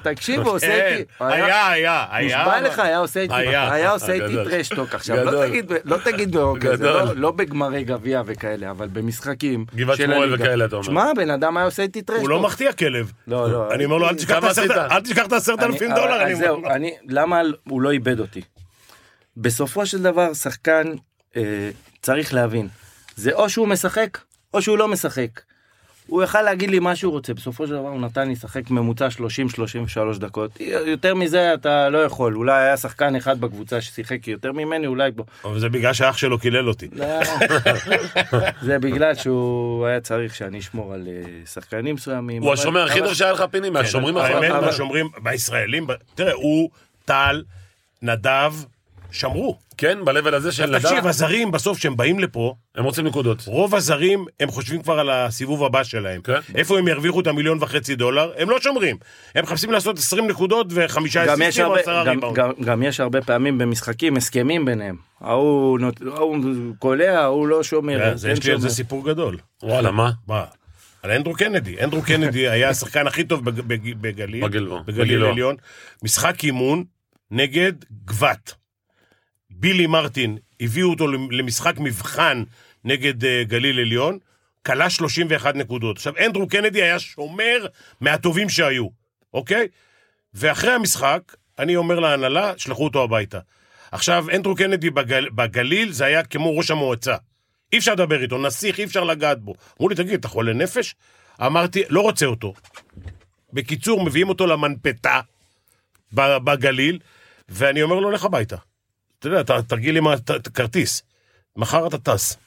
Speaker 3: תקשיבו, עושה
Speaker 2: אין,
Speaker 3: איתי,
Speaker 2: היה, היה, היה.
Speaker 3: נשבע
Speaker 2: אבל-
Speaker 3: לך, היה עושה איתי,
Speaker 2: היה.
Speaker 3: היה עושה איתי
Speaker 1: גדול.
Speaker 3: טרשטוק עכשיו,
Speaker 1: גדול.
Speaker 3: לא תגיד, לא תגיד לו כזה,
Speaker 1: גדול.
Speaker 3: לא- לא בגמרי גביע וכאלה, אבל במשחקים,
Speaker 1: גבעת
Speaker 3: של
Speaker 1: שמואל
Speaker 3: הליגה.
Speaker 1: וכאלה, אתה אומר.
Speaker 3: שמע, הבן אדם היה עושה איתי טרשטוק,
Speaker 2: הוא לא מחטיא כלב.
Speaker 3: לא, לא,
Speaker 2: אני אומר לו, אל תשכח את
Speaker 1: כמה
Speaker 2: העשרת-
Speaker 1: עשית?
Speaker 2: אל תשכח את העשרת
Speaker 3: אני-
Speaker 2: אלפים
Speaker 3: אבל-
Speaker 2: דולר.
Speaker 3: אז
Speaker 2: אני
Speaker 3: זהו,
Speaker 2: אומר לו.
Speaker 3: אני- למה הוא לא איבד אותי? בסופו של דבר, שחקן אה, צריך להבין, זה או שהוא משחק, או שהוא לא משחק. הוא יכל להגיד לי מה שהוא רוצה, בסופו של דבר הוא נתן לי לשחק ממוצע 30-33 דקות. יותר מזה אתה לא יכול, אולי היה שחקן אחד בקבוצה ששיחק יותר ממני, אולי בו.
Speaker 2: אבל זה בגלל שאח שלו קילל אותי.
Speaker 3: לא. זה בגלל שהוא היה צריך שאני אשמור על אה, שחקנים מסוימים.
Speaker 1: הוא
Speaker 3: אבל-
Speaker 1: השומר הכי
Speaker 3: אבל- כן,
Speaker 1: טוב שהיה לך פיני, מהשומרים הכי
Speaker 2: האמת,
Speaker 1: טוב.
Speaker 2: מה שאומרים, בישראלים, ב- תראה, הוא, טל, נדב, שמרו.
Speaker 1: כן, ב-level הזה של נדב,
Speaker 2: תקשיב, הזרים, בסוף, כשהם באים לפה,
Speaker 1: הם רוצים נקודות.
Speaker 2: רוב הזרים, הם חושבים כבר על הסיבוב הבא שלהם.
Speaker 1: כן.
Speaker 2: איפה הם ירוויחו את המיליון וחצי דולר? הם לא שומרים. הם מחפשים לעשות 20 נקודות וחמישה
Speaker 3: גם יש,
Speaker 2: אסיסטים או
Speaker 3: הרבה,
Speaker 2: עשרה
Speaker 3: גם,
Speaker 2: ריבאונד.
Speaker 3: גם, גם יש הרבה פעמים במשחקים הסכמים ביניהם. ההוא נות- ההוא קולע, ההוא לא שומר.
Speaker 2: אה,
Speaker 3: כן
Speaker 2: זה- יש לי על זה
Speaker 3: שומר.
Speaker 2: סיפור גדול.
Speaker 1: וואלה, מה?
Speaker 2: מה? על אנדרו קנדי. אנדרו קנדי היה השחקן הכי טוב בג- בג- בגליל.
Speaker 1: בגלבוע.
Speaker 2: בגליל
Speaker 1: בגלבוע.
Speaker 2: עליון. משחק אימון נגד גבת. בילי מרטין, הביאו אותו למשחק מבחן נגד אה, גליל עליון, כלה 31 נקודות. עכשיו, אנדרו קנדי היה שומר מהטובים שהיו, אוקיי? ואחרי המשחק, אני אומר להנהלה, שלחו אותו הביתה. עכשיו, אנדרו קנדי בגל, בגליל, זה היה כמו ראש המועצה. אי אפשר לדבר איתו, נסיך, אי אפשר לגעת בו. אמרו לי, תגיד, אתה חולה נפש? אמרתי, לא רוצה אותו. בקיצור, מביאים אותו למנפתה ב- בגליל, ואני אומר לו, לך הביתה. אתה יודע, אתה תרגיל עם הכרטיס. מחר אתה טס.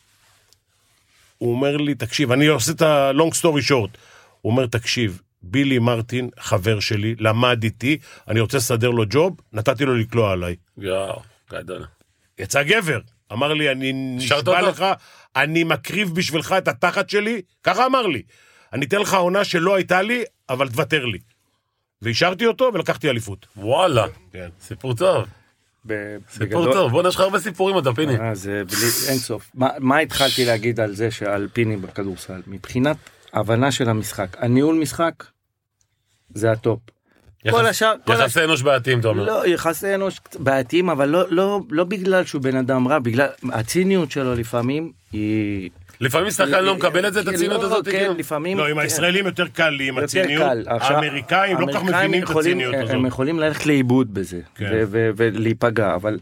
Speaker 2: הוא אומר לי, תקשיב, אני עושה את ה-long story short. הוא אומר, תקשיב, בילי מרטין, חבר שלי, למד איתי, אני רוצה לסדר לו ג'וב, נתתי לו לקלוע עליי.
Speaker 1: יואו, גדול.
Speaker 2: יצא גבר. אמר לי, אני
Speaker 1: שרת
Speaker 2: נשבע
Speaker 1: אותו?
Speaker 2: לך, אני מקריב בשבילך את התחת שלי, ככה אמר לי. אני אתן לך עונה שלא הייתה לי, אבל תוותר לי. והשארתי אותו ולקחתי אליפות.
Speaker 1: וואלה,
Speaker 2: כן.
Speaker 1: סיפור טוב.
Speaker 3: ב-
Speaker 1: סיפור טוב, בוא'נה, יש לך הרבה סיפורים אתה פיני.
Speaker 3: אה, זה בלי, אין סוף. מה, מה התחלתי להגיד על זה שעל פיני בכדורסל? מבחינת הבנה של המשחק, הניהול משחק זה הטופ.
Speaker 1: יחס-
Speaker 3: כל השאר, כל השאר-
Speaker 1: יחסי אנוש בעייתיים, אתה אומר.
Speaker 3: לא, יחסי אנוש קצת בעייתיים, אבל לא, לא, לא בגלל שהוא בן אדם רע, בגלל הציניות שלו לפעמים היא...
Speaker 1: לפעמים שחקן לא
Speaker 3: היא-
Speaker 1: מקבל את זה, את
Speaker 3: כן,
Speaker 1: הציונות
Speaker 3: לא,
Speaker 1: הזאת,
Speaker 3: כן,
Speaker 1: כאילו.
Speaker 3: לפעמים...
Speaker 2: לא, עם
Speaker 3: כן.
Speaker 2: הישראלים יותר קל לי עם
Speaker 3: יותר
Speaker 2: הציניות.
Speaker 3: קל. עכשיו,
Speaker 2: האמריקאים לא כל כך
Speaker 3: האמריקאים
Speaker 2: מבינים את
Speaker 3: יכולים- אה,
Speaker 2: הציניות
Speaker 3: הם
Speaker 2: הזאת.
Speaker 3: יכולים ללכת לאיבוד בזה,
Speaker 2: כן.
Speaker 3: ו- ו- ולהיפגע, אבל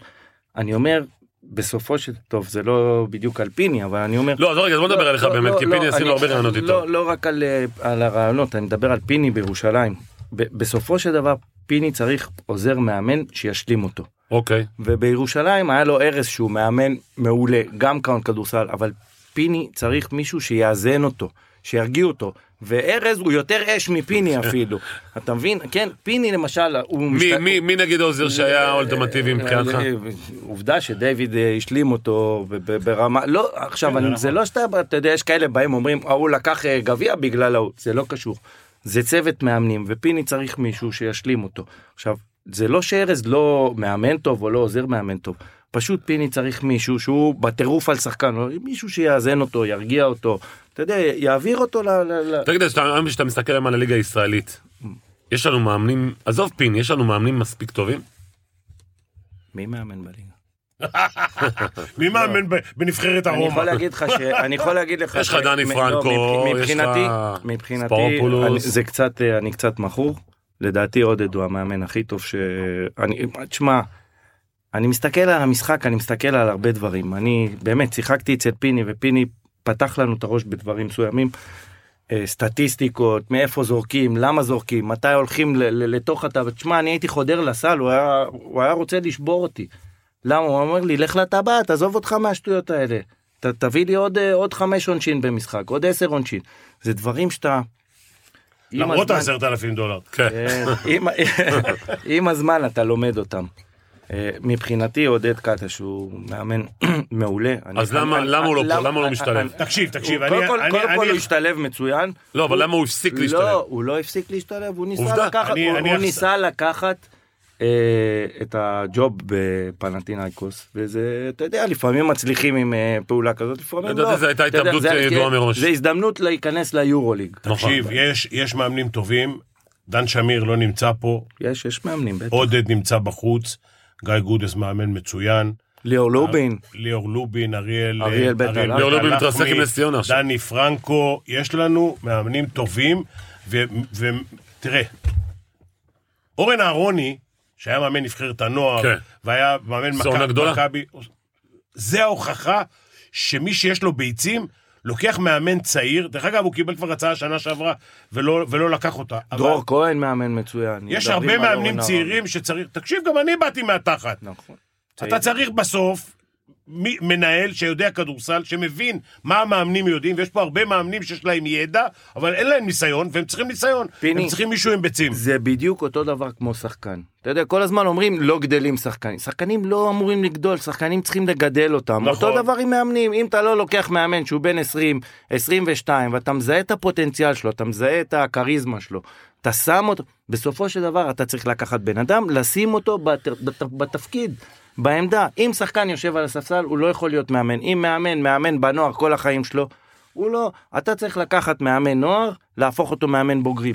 Speaker 3: אני אומר, בסופו של טוב, זה לא בדיוק על פיני, אבל אני אומר...
Speaker 1: לא, אז רגע, אז בוא נדבר עליך
Speaker 3: לא,
Speaker 1: באמת,
Speaker 3: לא,
Speaker 1: כי
Speaker 3: לא,
Speaker 1: פיני עשינו
Speaker 3: אני-
Speaker 1: הרבה רעיונות
Speaker 3: לא,
Speaker 1: איתו.
Speaker 3: לא רק על, אה, על הרעיונות, אני מדבר על פיני בירושלים. ב- בסופו של דבר, פיני צריך עוזר מאמן שישלים אותו.
Speaker 1: אוקיי.
Speaker 3: ובירושלים היה לו ארז שהוא מאמן מעולה, גם קאונט כדורסל, אבל פיני צריך מישהו שיאזן אותו, שירגיע אותו. וארז הוא יותר אש מפיני אפילו. אתה מבין? כן, פיני למשל, הוא...
Speaker 1: מי-
Speaker 3: משת-
Speaker 1: מי- מי נגיד עוזר שהיה אולטימטיבי מבחינתך?
Speaker 3: אה, עובדה שדיוויד אה, השלים אותו ב- ב- ברמה, לא, עכשיו, אני- זה לא שאתה, אתה יודע, יש כאלה באים אומרים, ההוא לקח אה, גביע בגלל ההוא, זה לא קשור. זה צוות מאמנים, ופיני צריך מישהו שישלים אותו. עכשיו, זה לא שארז לא מאמן טוב או לא עוזר מאמן טוב, פשוט פיני צריך מישהו שהוא בטירוף על שחקן, מישהו שיאזן אותו, ירגיע אותו, אתה יודע, יעביר אותו ל... ל- ל-
Speaker 1: תגיד, שאתה- היום כשאתה מסתכל היום על הליגה הישראלית, יש לנו מאמנים, עזוב פיני, יש לנו מאמנים מספיק טובים?
Speaker 3: מי מאמן בליגה?
Speaker 2: מי מאמן ב- בנבחרת
Speaker 3: אני
Speaker 2: הרומא?
Speaker 3: יכול להגיד לך ש... אני יכול להגיד לך...
Speaker 1: יש לך
Speaker 3: ש-
Speaker 1: דני
Speaker 3: מ- לא,
Speaker 1: פרנקו,
Speaker 3: מבח-
Speaker 1: יש לך
Speaker 3: מבחינתי, מבחינתי,
Speaker 1: ספרופולוס.
Speaker 3: אני- זה קצת, אה, אני קצת מכור. לדעתי עודד הוא המאמן הכי טוב ש... אני, תשמע, אני מסתכל על המשחק, אני מסתכל על הרבה דברים. אני באמת שיחקתי אצל פיני, ופיני פתח לנו את הראש בדברים מסוימים. אה, סטטיסטיקות, מאיפה זורקים, למה זורקים, מתי הולכים ל- ל- לתוך הטבעת. תשמע, אני הייתי חודר לסל, הוא היה, הוא היה רוצה לשבור אותי. למה? הוא אומר לי, לך לטבעת, עזוב אותך מהשטויות האלה. ת, תביא לי עוד, אה, עוד חמש עונשין במשחק, עוד עשר עונשין. זה דברים שאתה... עם
Speaker 2: למרות
Speaker 3: הזמן-
Speaker 2: העשרת אלפים דולר.
Speaker 1: כן.
Speaker 3: כן, עם- עם הזמן אתה לומד אותם. אה, מבחינתי עודד קטש הוא מאמן מעולה. אני-
Speaker 1: אז למה-
Speaker 3: אני-
Speaker 1: למה הוא לא
Speaker 3: אני-
Speaker 1: פה?
Speaker 3: למה-
Speaker 1: למה הוא לא משתלב?
Speaker 2: תקשיב, תקשיב,
Speaker 3: הוא-
Speaker 2: אני...
Speaker 3: קודם כל,
Speaker 2: אני-
Speaker 3: קודם כל
Speaker 2: אני-
Speaker 3: הוא השתלב מצוין.
Speaker 1: לא, אבל למה הוא הפסיק להשתלב?
Speaker 3: לא, הוא לא הפסיק להשתלב, הוא ניסה
Speaker 1: עובדה,
Speaker 3: לקחת,
Speaker 2: אני-
Speaker 3: הוא-
Speaker 2: אני
Speaker 3: הוא
Speaker 2: אחס-
Speaker 3: ניסה לקחת אה, את הג'וב בפנטינאיקוס, וזה, אתה יודע, לפעמים מצליחים עם אה, פעולה כזאת, לפעמים לא.
Speaker 1: לדעתי זו הייתה
Speaker 3: אתה יודע,
Speaker 1: התאבדות,
Speaker 3: זה-
Speaker 1: אה, ידועה
Speaker 3: כן,
Speaker 1: מראש.
Speaker 3: זה הזדמנות להיכנס ליורוליג.
Speaker 1: נכון.
Speaker 2: תקשיב, יש- יש מאמנים טובים, דן שמיר לא נמצא פה,
Speaker 3: יש, יש מאמנים, בטח.
Speaker 2: עודד נמצא בחוץ, גיא גודס מאמן מצוין,
Speaker 3: ליאור לובין.
Speaker 2: ליאור לובין, אריאל...
Speaker 3: אריאל בית הלחמי.
Speaker 1: ליאור לובין מתרסק
Speaker 2: הלחמי,
Speaker 1: עם נס ציונה עכשיו.
Speaker 2: דני פרנקו, יש לנו מאמנים טובים, ותראה, אורן אהרוני, שהיה מאמן נבחרת הנוער,
Speaker 1: כן.
Speaker 2: והיה מאמן
Speaker 1: זו עונה
Speaker 2: מכבי-
Speaker 1: גדולה.
Speaker 2: מכבי, זה ההוכחה שמי שיש לו ביצים, לוקח מאמן צעיר, דרך אגב, הוא קיבל כבר הצעה שנה שעברה, ולא, ולא לקח אותה. אבל-
Speaker 3: דרור כהן מאמן מצוין.
Speaker 2: יש
Speaker 3: מדברים
Speaker 2: הרבה
Speaker 3: על אורן
Speaker 2: מאמנים
Speaker 3: אהרון.
Speaker 2: צעירים שצריך, תקשיב, גם אני באתי מהתחת.
Speaker 3: נכון.
Speaker 2: אתה צריך בסוף מי- מנהל שיודע כדורסל, שמבין מה המאמנים יודעים, ויש פה הרבה מאמנים שיש להם ידע, אבל אין להם ניסיון, והם צריכים ניסיון.
Speaker 3: פיני.
Speaker 2: הם צריכים מישהו עם ביצים.
Speaker 3: זה בדיוק אותו דבר כמו שחקן. אתה יודע, כל הזמן אומרים לא גדלים שחקנים. שחקנים לא אמורים לגדול, שחקנים צריכים לגדל אותם.
Speaker 2: נכון.
Speaker 3: נכון. אותו דבר עם מאמנים. אם אתה לא לוקח מאמן שהוא בן 20, 22, ואתה מזהה את הפוטנציאל שלו, אתה מזהה את הכריזמה שלו, אתה שם אותו, בסופו של דבר אתה צריך לקחת בן אדם, לשים אותו בת, בת, בתפקיד. בעמדה, אם שחקן יושב על הספסל, הוא לא יכול להיות מאמן. אם מאמן, מאמן בנוער כל החיים שלו, הוא לא. אתה צריך לקחת מאמן נוער, להפוך אותו מאמן בוגרים.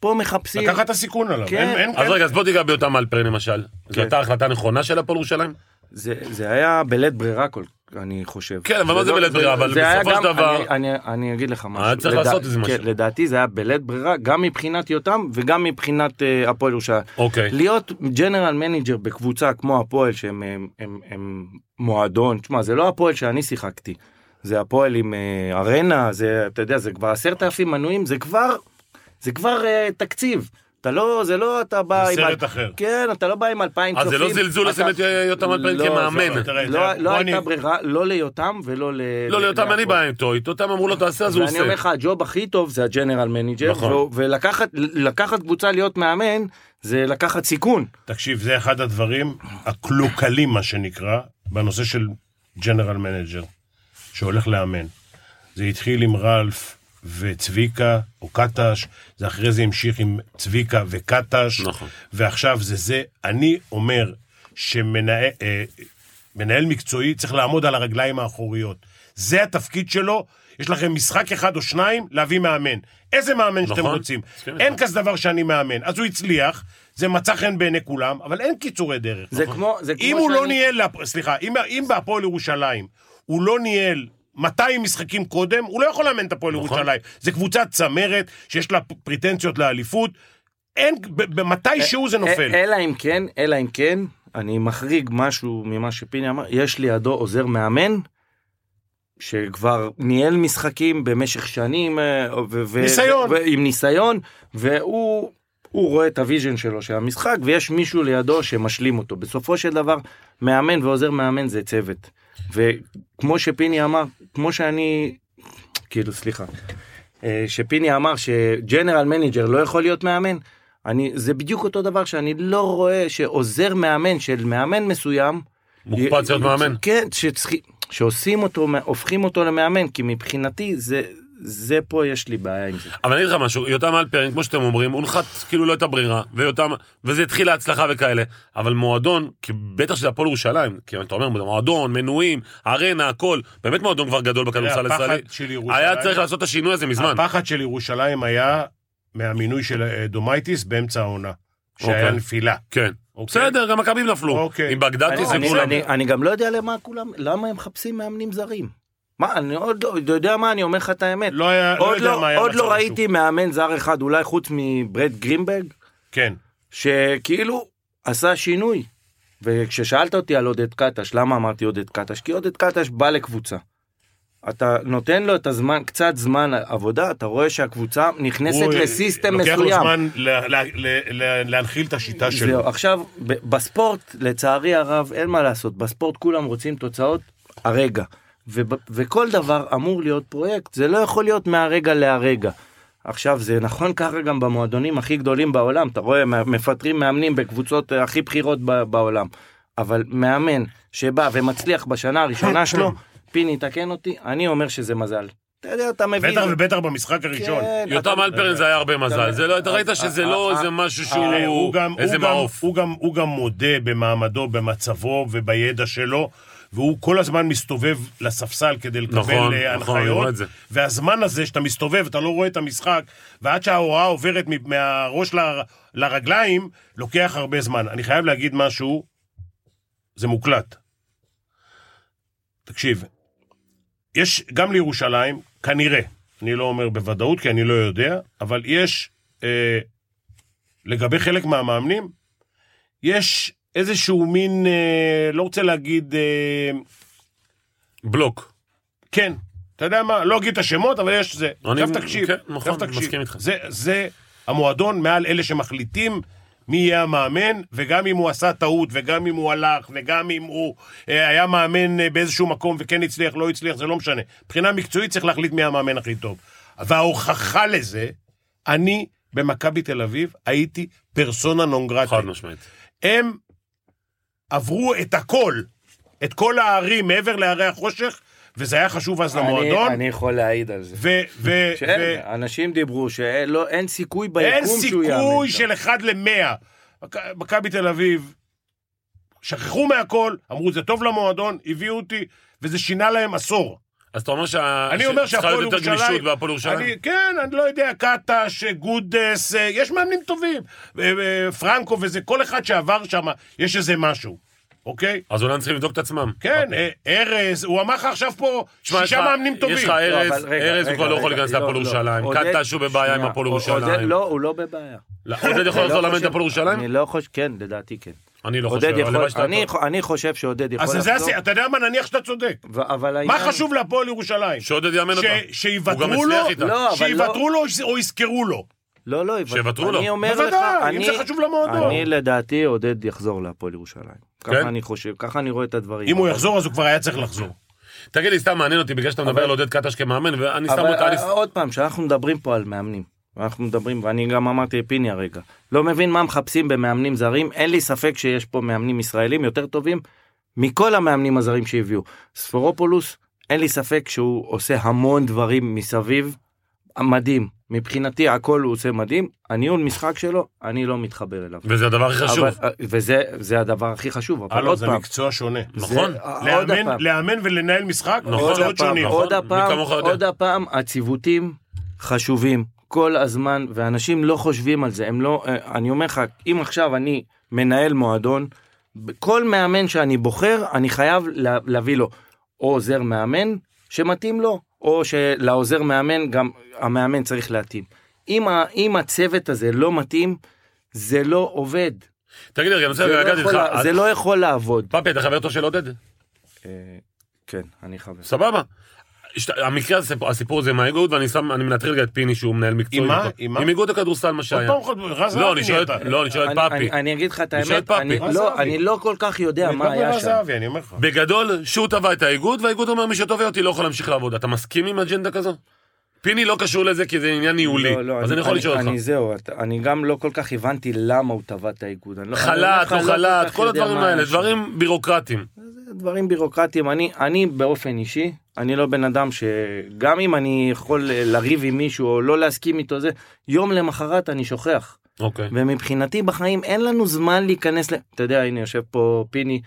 Speaker 3: פה מחפשים...
Speaker 2: לקחת את הסיכון עליו.
Speaker 3: כן.
Speaker 2: אין- אין-
Speaker 1: אז רגע, אז בוא תיגע ביותם אלפרין למשל. זו
Speaker 3: כן.
Speaker 1: הייתה החלטה נכונה של הפועל ירושלים?
Speaker 3: זה, זה היה בלית ברירה כל אני חושב.
Speaker 1: כן, אבל מה זה
Speaker 3: לא-
Speaker 1: בלית ברירה? אבל
Speaker 3: זה היה
Speaker 1: בסופו של
Speaker 3: גם-
Speaker 1: דבר-
Speaker 3: אני, אני, אני אגיד לך משהו.
Speaker 1: היה צריך לעשות איזה משהו.
Speaker 3: כן, לדעתי זה היה בלית ברירה, גם מבחינת יותם וגם מבחינת אה, הפועל ירושלים.
Speaker 1: אוקיי.
Speaker 3: להיות ג'נרל מנג'ר בקבוצה כמו הפועל שהם הם, הם, הם מועדון, תשמע זה לא הפועל שאני שיחקתי, זה הפועל עם אה, ארנה, זה אתה יודע זה כבר עשרת אלפים מנויים, זה כבר, זה כבר אה, תקציב. אתה לא, זה לא אתה בא
Speaker 2: זה
Speaker 3: עם...
Speaker 2: סרט
Speaker 3: אל-
Speaker 2: אחר.
Speaker 3: כן, אתה לא בא עם אלפיים
Speaker 1: אה,
Speaker 3: צופים.
Speaker 1: זה לא זלזול לשים
Speaker 3: אתה-
Speaker 1: את יותם אלפרין
Speaker 3: לא,
Speaker 1: כמאמן.
Speaker 3: זה-
Speaker 2: תראה,
Speaker 3: לא-
Speaker 2: תראה,
Speaker 3: לא
Speaker 2: בוא
Speaker 3: הייתה
Speaker 2: אני-
Speaker 3: ברירה, לא ליותם ולא ל...
Speaker 1: לא,
Speaker 3: ל-
Speaker 1: ליותם אני
Speaker 3: להפועל.
Speaker 1: בא איתו, איתו אותם אמרו לו תעשה, אז הוא
Speaker 3: ואני אומר
Speaker 1: עושה.
Speaker 3: לך, הג'וב הכי טוב זה הג'נרל מנג'ר,
Speaker 1: נכון.
Speaker 3: והוא- ולקחת לקחת קבוצה להיות מאמן, זה לקחת סיכון.
Speaker 2: תקשיב, זה אחד הדברים הקלוקלים, מה שנקרא, בנושא של ג'נרל מנג'ר, שהולך לאמן. זה התחיל עם רלף וצביקה, או קטש, זה אחרי זה המשיך עם צביקה וקטש,
Speaker 1: נכון.
Speaker 2: ועכשיו זה זה. אני אומר שמנהל אה, מנהל מקצועי צריך לעמוד על הרגליים האחוריות. זה התפקיד שלו. יש לכם משחק אחד או שניים להביא מאמן. איזה מאמן שאתם
Speaker 1: נכון.
Speaker 2: רוצים.
Speaker 1: מסכים איתך.
Speaker 2: אין כזה דבר שאני מאמן. אז הוא הצליח, זה מצא חן בעיני כולם, אבל אין קיצורי דרך.
Speaker 1: נכון.
Speaker 3: זה כמו, זה כמו
Speaker 2: אם הוא לא ניהל, להפ- סליחה, אם- אם בהפועל ירושלים הוא לא ניהל 200 משחקים קודם, הוא לא יכול לאמן את הפועל
Speaker 1: נכון.
Speaker 2: ירושלים. זו קבוצת צמרת שיש לה פ- פרטנציות לאליפות. אין, ב-
Speaker 3: אה,
Speaker 2: במתי שהוא זה נופל.
Speaker 3: אל- אלא אם כן, אלא אם כן, אני מחריג משהו ממה שפיני אמר, יש לידו עוזר מאמן. שכבר ניהל משחקים במשך שנים, אה, ו- ו-
Speaker 2: ניסיון.
Speaker 3: ו- עם ניסיון, והוא הוא רואה את הוויז'ן שלו של המשחק, ויש מישהו לידו שמשלים אותו. בסופו של דבר, מאמן ועוזר מאמן זה צוות. וכמו שפיני אמר, כמו שאני, כאילו, סליחה, אה, שפיני אמר שג'נרל מנג'ר לא יכול להיות מאמן, אני, זה בדיוק אותו דבר שאני לא רואה שעוזר מאמן של מאמן מסוים,
Speaker 1: מוקפץ להיות מאמן.
Speaker 3: כן, שצריכים, שעושים אותו, הופכים אותו למאמן, כי מבחינתי זה, זה פה יש לי בעיה עם זה.
Speaker 1: אבל אני אגיד לך משהו, יותם אלפרין, כמו שאתם אומרים, הוא נחת כאילו לא הייתה ברירה, ויותם, וזה התחיל להצלחה וכאלה, אבל מועדון, כי בטח שזה הפועל ירושלים, כי אתה אומר, מועדון, מנויים, ארנה, הכל, באמת מועדון כבר גדול
Speaker 3: אה,
Speaker 1: בכדורסל
Speaker 2: הפחד
Speaker 1: הישראלי,
Speaker 2: של ירושלים-
Speaker 1: היה צריך לעשות את השינוי הזה מזמן.
Speaker 2: הפחד של ירושלים היה מהמינוי של אה, דומייטיס באמצע העונה. שהיה
Speaker 1: אוקיי.
Speaker 2: נפילה.
Speaker 1: כן.
Speaker 2: אוקיי?
Speaker 1: בסדר, גם מכבים נפלו.
Speaker 2: אוקיי.
Speaker 1: עם בגדדי
Speaker 3: אני,
Speaker 1: זה
Speaker 3: אני,
Speaker 1: כולם.
Speaker 3: אני, אני גם לא יודע למה כולם, למה הם מחפשים מאמנים זרים. מה, אני עוד לא, אתה יודע מה, אני אומר לך את האמת.
Speaker 2: לא היה, לא
Speaker 3: עוד
Speaker 2: יודע מה
Speaker 3: לא,
Speaker 2: היה
Speaker 3: עוד
Speaker 2: מצב
Speaker 3: לא
Speaker 2: השוק.
Speaker 3: ראיתי מאמן זר אחד, אולי חוץ מברד גרינברג,
Speaker 2: כן.
Speaker 3: שכאילו עשה שינוי. וכששאלת אותי על עודד קטש, למה אמרתי עודד קטש? כי עודד קטש בא לקבוצה. אתה נותן לו את הזמן, קצת זמן עבודה, אתה רואה שהקבוצה נכנסת
Speaker 2: הוא, אה,
Speaker 3: לסיסטם מסוים.
Speaker 2: לוקח לו זמן ל- ל- ל- ל- להנחיל את השיטה שלו.
Speaker 3: זהו, עכשיו, ב- בספורט, לצערי הרב, אין מה לעשות, בספורט כולם רוצים תוצאות הרגע. וב- וכל דבר אמור להיות פרויקט, זה לא יכול להיות מהרגע להרגע. עכשיו, זה נכון ככה גם במועדונים הכי גדולים בעולם, אתה רואה, מ- מפטרים מאמנים בקבוצות אה, הכי בכירות ב- בעולם. אבל מאמן שבא ומצליח בשנה הראשונה
Speaker 2: כן.
Speaker 3: שלו, פיני, תקן אותי, אני אומר שזה מזל. אתה יודע, אתה מבין.
Speaker 2: בטח ובטח במשחק הראשון.
Speaker 3: כן,
Speaker 1: יותם
Speaker 3: אתה-
Speaker 1: אלפרין זה היה הרבה מזל, זה לא, אתה ראית שזה לא
Speaker 3: אה,
Speaker 1: איזה
Speaker 3: אה,
Speaker 1: משהו
Speaker 2: תראה, הוא
Speaker 1: שהוא,
Speaker 2: גם- הוא
Speaker 1: איזה
Speaker 2: גם-
Speaker 1: מעוף.
Speaker 2: הוא גם- הוא גם מודה במעמדו, במצבו ובידע שלו, והוא כל הזמן מסתובב לספסל כדי לקבל
Speaker 1: נכון,
Speaker 2: אה,
Speaker 1: נכון, אני רואה
Speaker 2: הנחיות.
Speaker 1: את זה.
Speaker 2: והזמן הזה שאתה מסתובב, אתה לא רואה את המשחק, ועד שההוראה עוברת מ- מהראש ל- לרגליים, לוקח הרבה זמן. אני חייב להגיד משהו, זה מוקלט. תקשיב, יש גם לירושלים, כנראה, אני לא אומר בוודאות כי אני לא יודע, אבל יש, אה, לגבי חלק מהמאמנים, יש איזשהו מין, אה, לא רוצה להגיד, אה,
Speaker 1: בלוק.
Speaker 2: כן, אתה יודע מה, לא אגיד את השמות, אבל יש זה.
Speaker 1: אני-
Speaker 2: עכשיו תקשיב,
Speaker 1: כן,
Speaker 2: עכשיו
Speaker 1: נכון,
Speaker 2: תקשיב.
Speaker 1: מסכים איתך.
Speaker 2: זה, זה המועדון מעל אלה שמחליטים. מי יהיה המאמן, וגם אם הוא עשה טעות, וגם אם הוא הלך, וגם אם הוא אה, היה מאמן אה, באיזשהו מקום וכן הצליח, לא הצליח, זה לא משנה. מבחינה מקצועית צריך להחליט מי המאמן הכי טוב. וההוכחה לזה, אני במכבי תל אביב הייתי פרסונה נון גרטה.
Speaker 1: חד משמעית.
Speaker 2: הם עברו את הכל, את כל הערים מעבר להרי החושך, וזה היה חשוב אז
Speaker 3: אני-
Speaker 2: למועדון.
Speaker 3: אני יכול להעיד על זה.
Speaker 2: ו- ו-
Speaker 1: כן,
Speaker 3: שאין,
Speaker 2: ו-
Speaker 3: כן, אנשים דיברו שאין לא- אין סיכוי
Speaker 2: אין
Speaker 3: ביקום שהוא יאמן.
Speaker 2: סיכוי
Speaker 3: שם.
Speaker 2: של אחד למאה. מכ- מכבי תל אביב, שכחו מהכל, אמרו זה טוב למועדון, הביאו אותי, וזה שינה להם עשור.
Speaker 1: אז אתה אומר שה-
Speaker 2: אני אומר
Speaker 1: שצריכה
Speaker 2: שהפועל
Speaker 1: להיות יותר
Speaker 2: ירושלים...
Speaker 1: גמישות בהפועל ירושלים?
Speaker 2: אני- כן, אני לא יודע, קטש, גודס, אה, יש מאמנים טובים. אה, אה, פרנקו וזה, כל אחד שעבר שם, יש איזה משהו, אוקיי?
Speaker 1: אז אולי הם צריכים לבדוק את עצמם.
Speaker 2: כן, אה, ארז, הוא אמר לך עכשיו פה
Speaker 1: תשמע, יש
Speaker 2: שישה
Speaker 1: לך-
Speaker 2: מאמנים
Speaker 1: אוקיי. יש
Speaker 2: טובים.
Speaker 1: לך
Speaker 3: לא,
Speaker 1: ארז,
Speaker 3: אבל רגע,
Speaker 1: ארז הוא
Speaker 3: רגע,
Speaker 1: כבר לא יכול
Speaker 3: רגע,
Speaker 1: להיכנס להפועל
Speaker 3: לא, לא.
Speaker 1: ירושלים.
Speaker 3: עודד-
Speaker 1: קטש הוא בבעיה עם
Speaker 3: שנייה,
Speaker 1: הפועל
Speaker 3: עודד-
Speaker 1: ירושלים.
Speaker 3: לא, הוא לא בבעיה.
Speaker 1: לא, עודד יכול
Speaker 3: אני
Speaker 1: לחזור
Speaker 3: לא
Speaker 1: לאמן את
Speaker 3: חושב-
Speaker 1: הפועל ירושלים?
Speaker 3: אני לא חושב, כן, לדעתי כן.
Speaker 1: אני לא חושב,
Speaker 3: עודד
Speaker 1: אבל
Speaker 3: יכול,
Speaker 1: הלוואי שאתה...
Speaker 3: אני חו- אני חושב שעודד יכול
Speaker 2: אז זה
Speaker 3: לחזור.
Speaker 2: הסי- אתה יודע מה, נניח שאתה צודק.
Speaker 3: ו- אבל
Speaker 2: מה
Speaker 3: העניין-
Speaker 2: חשוב להפועל ירושלים?
Speaker 1: שעודד יאמן
Speaker 2: ש-
Speaker 1: אותה. הוא גם
Speaker 2: שיוותרו
Speaker 1: הצליח
Speaker 2: לו,
Speaker 1: איתה.
Speaker 3: לא, אבל
Speaker 2: שיוותרו לו או יזכרו לו.
Speaker 3: לא, לא, יוותר-
Speaker 1: שיוותרו לו.
Speaker 3: אני אומר לך,
Speaker 2: בוודאי, אם
Speaker 3: אני-
Speaker 2: זה חשוב למועדון.
Speaker 3: אני לדעתי עודד יחזור להפועל ירושלים.
Speaker 1: כן?
Speaker 3: ככה אני חושב, ככה אני רואה את הדברים.
Speaker 2: אם הוא יחזור, אז הוא כבר היה צריך לחזור.
Speaker 1: תגיד לי, סתם מעניין אותי, בגלל שאתה מדבר על עודד קטש כמאמן, ואני שם
Speaker 3: אבל
Speaker 1: אותה... אני-
Speaker 3: אה, עוד פעם, שאנחנו מדברים פה על מאמנים, אנחנו מדברים, ואני גם אמרתי לפיני הרגע, לא מבין מה מחפשים במאמנים זרים, אין לי ספק שיש פה מאמנים ישראלים יותר טובים מכל המאמנים הזרים שהביאו. ספורופולוס, אין לי ספק שהוא עושה המון דברים מסביב, מדהים. מבחינתי הכל הוא עושה מדהים, הניהול משחק שלו, אני לא מתחבר אליו.
Speaker 1: וזה הדבר הכי חשוב.
Speaker 3: אבל, אה, וזה זה הדבר הכי חשוב, אבל
Speaker 2: הלו,
Speaker 3: עוד
Speaker 2: זה
Speaker 3: פעם,
Speaker 2: מקצוע שונה.
Speaker 1: נכון.
Speaker 3: זה- אה, עוד
Speaker 2: לאמן,
Speaker 3: הפעם.
Speaker 2: לאמן ולנהל משחק,
Speaker 1: נכון.
Speaker 2: מקצועות
Speaker 1: עוד הפעם,
Speaker 2: שונים.
Speaker 1: נכון.
Speaker 3: עוד
Speaker 1: מי
Speaker 3: הפעם,
Speaker 1: כמוך יודע.
Speaker 3: עוד הפעם, הציוותים חשובים כל הזמן, ואנשים לא חושבים על זה, הם לא, אה, אני אומר לך, אם עכשיו אני מנהל מועדון, כל מאמן שאני בוחר, אני חייב לה, להביא לו או עוזר מאמן שמתאים לו, או שלעוזר מאמן גם המאמן צריך להתאים. אם, ה, אם הצוות הזה לא מתאים, זה לא עובד.
Speaker 1: תגיד לי, רגע, אני רוצה
Speaker 3: זה לא,
Speaker 1: לגעת
Speaker 3: יכול,
Speaker 1: איתך.
Speaker 3: לה- זה
Speaker 1: את-
Speaker 3: לא יכול לעבוד.
Speaker 1: פאפי, אתה חבר טוב של עודד?
Speaker 3: אה, כן, אני חבר.
Speaker 1: סבבה. שת- המקרה, הסיפור- הסיפור הזה עם האיגוד, ואני שם, אני מנטרל רגע את פיני שהוא מנהל מקצועי.
Speaker 2: עם מה?
Speaker 1: אותו.
Speaker 2: עם מה?
Speaker 1: עם איגוד הכדורסל מה
Speaker 2: עוד
Speaker 1: שהיה.
Speaker 2: פעם, חוד- רז
Speaker 1: לא,
Speaker 2: זהבי
Speaker 1: אני שואל את-
Speaker 2: נהיית.
Speaker 1: לא, אני שואל את
Speaker 3: אני-
Speaker 1: פאפי.
Speaker 3: אני- אני אגיד לך את
Speaker 1: אני שואל
Speaker 3: האמת,
Speaker 1: את פאפי.
Speaker 3: אני-
Speaker 2: מה
Speaker 3: לא,
Speaker 2: זהבי?
Speaker 3: אני לא כל כך יודע
Speaker 2: אני
Speaker 3: מה
Speaker 2: כבר
Speaker 3: היה
Speaker 2: ברז
Speaker 3: שם.
Speaker 2: זהבי, אני אומר לך.
Speaker 1: לא, בגדול, שהוא תבע את האיגוד, והאיגוד אומר, מי שתובע אותי לא יכול להמשיך לעבוד. אתה מסכים עם אג'נדה כזו? פיני לא קשור לזה כי זה עניין ניהולי.
Speaker 3: לא, לא,
Speaker 1: אז אני יכול לשאול אותך.
Speaker 3: אני זהו, אתה- אני גם לא כל כך הבנתי למה הוא תבע את האיגוד. אני לא- אני אומר
Speaker 1: חל"ת,
Speaker 3: לך,
Speaker 1: לא
Speaker 3: אני כל
Speaker 1: חל"ת,
Speaker 3: כך
Speaker 1: כל
Speaker 3: יודע
Speaker 1: הדברים
Speaker 3: מה היה
Speaker 1: האלה,
Speaker 3: שם.
Speaker 1: דברים בירוקרטיים.
Speaker 3: דברים בירוקרטיים. אני- אני באופן אישי, אני לא בן אדם שגם אם אני יכול אה, לריב עם מישהו או לא להסכים איתו זה, יום למחרת אני שוכח.
Speaker 1: אוקיי.
Speaker 3: ומבחינתי בחיים אין לנו זמן להיכנס ל... אתה יודע, הנה יושב פה פיני,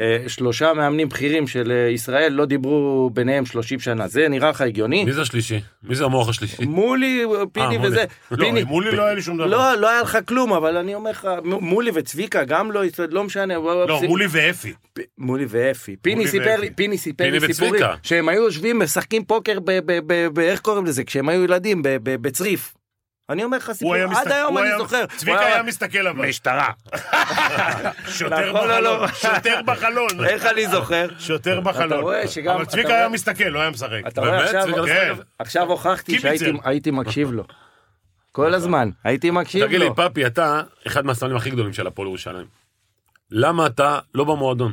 Speaker 3: אה, שלושה מאמנים בכירים של אה, ישראל לא דיברו ביניהם 30 שנה. זה נראה לך הגיוני?
Speaker 1: מי זה השלישי? מי זה המוח השלישי?
Speaker 3: מולי, פיני
Speaker 1: מולי.
Speaker 3: וזה.
Speaker 2: לא,
Speaker 3: פיני,
Speaker 2: מולי לא היה לי שום דבר.
Speaker 3: לא, לא היה לך כלום, אבל אני אומר לך, מ- מולי וצביקה גם לא, לא משנה.
Speaker 2: לא,
Speaker 3: פס-
Speaker 2: מולי ואפי.
Speaker 3: פ- מולי ואפי. פיני
Speaker 2: מולי
Speaker 3: סיפר
Speaker 2: ואפי.
Speaker 3: לי, פיני סיפר
Speaker 1: פיני
Speaker 3: לי סיפורים,
Speaker 1: וצביקה.
Speaker 3: שהם היו יושבים, משחקים פוקר ב... ב- ב- ב- איך קוראים לזה? כשהם היו ילדים, ב- ב- בצריף. אני אומר לך סיפור,
Speaker 2: הוא היה
Speaker 3: עד
Speaker 2: מסתכל-
Speaker 3: היום
Speaker 2: הוא
Speaker 3: אני
Speaker 2: היה-
Speaker 3: זוכר.
Speaker 2: צביקה היה מסתכל עליו.
Speaker 3: משטרה.
Speaker 2: שוטר
Speaker 3: נכון, לא, לא.
Speaker 2: בחלון. שוטר בחלון.
Speaker 3: איך אני זוכר?
Speaker 2: שוטר בחלון.
Speaker 3: רואה שגם-
Speaker 2: אבל
Speaker 3: אתה
Speaker 2: צביקה
Speaker 3: רואה-
Speaker 2: היה מסתכל, לא היה משחק.
Speaker 3: אתה רואה
Speaker 1: באמת?
Speaker 3: עכשיו,
Speaker 1: צביקה
Speaker 2: כן.
Speaker 1: מסתכל?
Speaker 3: עכשיו הוכחתי
Speaker 2: קיביצר.
Speaker 3: שהייתי הייתי מקשיב לו. כל הזמן, הייתי מקשיב
Speaker 1: נכון. תגיד לי,
Speaker 3: לו.
Speaker 1: פאפי, אתה אחד מהסמלים הכי גדולים של הפועל ירושלים. למה אתה לא במועדון?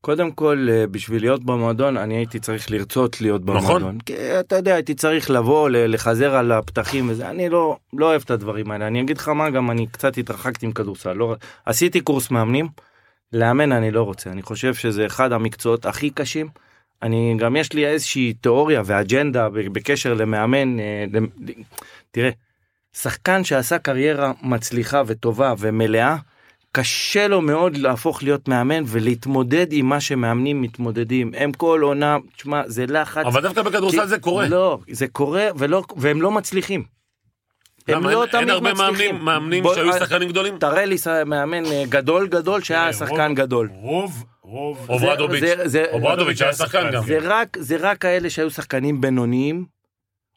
Speaker 3: קודם כל, אה, בשביל להיות במועדון, אני הייתי צריך לרצות להיות
Speaker 1: נכון.
Speaker 3: במועדון. נכון. כי אתה יודע, הייתי צריך לבוא, ל- לחזר על הפתחים וזה, אני לא, לא אוהב את הדברים האלה. אני אגיד לך מה, גם אני קצת התרחקתי עם כדורסל. לא... עשיתי קורס מאמנים, לאמן אני לא רוצה. אני חושב שזה אחד המקצועות הכי קשים. אני, גם יש לי איזושהי תיאוריה ואג'נדה ב- בקשר למאמן. אה, למ... תראה, שחקן שעשה קריירה מצליחה וטובה ומלאה, קשה לו מאוד להפוך להיות מאמן ולהתמודד עם מה שמאמנים מתמודדים. הם כל עונה, תשמע, זה לחץ.
Speaker 1: אבל דווקא בכדורסל
Speaker 3: כי-
Speaker 1: זה קורה.
Speaker 3: לא, זה קורה, ולא, והם לא מצליחים. הם
Speaker 1: למה?
Speaker 3: לא
Speaker 1: אין-
Speaker 3: תמיד
Speaker 1: אין הרבה
Speaker 3: מצליחים.
Speaker 1: מאמנים- מאמנים
Speaker 3: בוא-
Speaker 1: שהיו
Speaker 3: אה,
Speaker 1: שחקנים גדולים?
Speaker 3: תראה לי ש- מאמן אה, גדול גדול שהיה
Speaker 2: תראה,
Speaker 3: שחקן
Speaker 2: רוב-
Speaker 3: גדול.
Speaker 2: רוב, רוב.
Speaker 1: אוברדוביץ'.
Speaker 3: זה- זה-
Speaker 1: אוברדוביץ' היה שחקן גם. כן.
Speaker 3: זה רק, זה רק כאלה שהיו שחקנים בינוניים,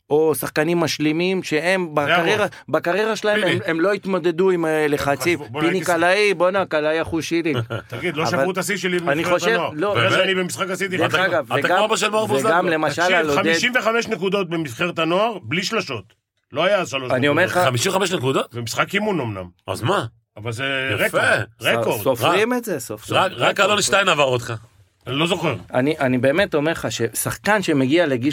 Speaker 3: או שחקנים משלימים, שהם בקריירה, בקריירה שלהם
Speaker 1: פיני.
Speaker 3: הם, הם לא התמודדו עם אה, לחצים.
Speaker 2: חשבו- בוא
Speaker 3: פיני
Speaker 2: נגיד-
Speaker 3: קלעי, בואנה, קלעי החושילים.
Speaker 2: תגיד, לא
Speaker 3: אבל-
Speaker 2: שברו את השיא שלי בנבחרת
Speaker 3: חושב-
Speaker 2: הנוער.
Speaker 3: לא,
Speaker 2: אחרי
Speaker 1: באמת?
Speaker 2: שאני במשחק עשיתי
Speaker 3: דרך
Speaker 2: חצי-
Speaker 3: אגב,
Speaker 1: אתה כמו
Speaker 3: וגם,
Speaker 1: אבא של מאור
Speaker 3: וגם
Speaker 1: בוזגלו.
Speaker 3: למשל על
Speaker 2: תקשיב,
Speaker 3: עודד,
Speaker 2: 55 נקודות בנבחרת הנוער, בלי שלשות. לא היה שלוש נקודות.
Speaker 3: אני אומר לך,
Speaker 1: 55 נקודות?
Speaker 2: ומשחק אימון אמנם,
Speaker 1: אז מה?
Speaker 2: אבל זה
Speaker 1: יפה.
Speaker 2: רקורד. רקורד.
Speaker 3: סופרים את זה סוף סוף.
Speaker 1: רק- רק אלון שטיין עבר אותך.
Speaker 2: אני לא זוכר.
Speaker 3: אני, אני באמת אומר לך ששחקן שמגיע לגיל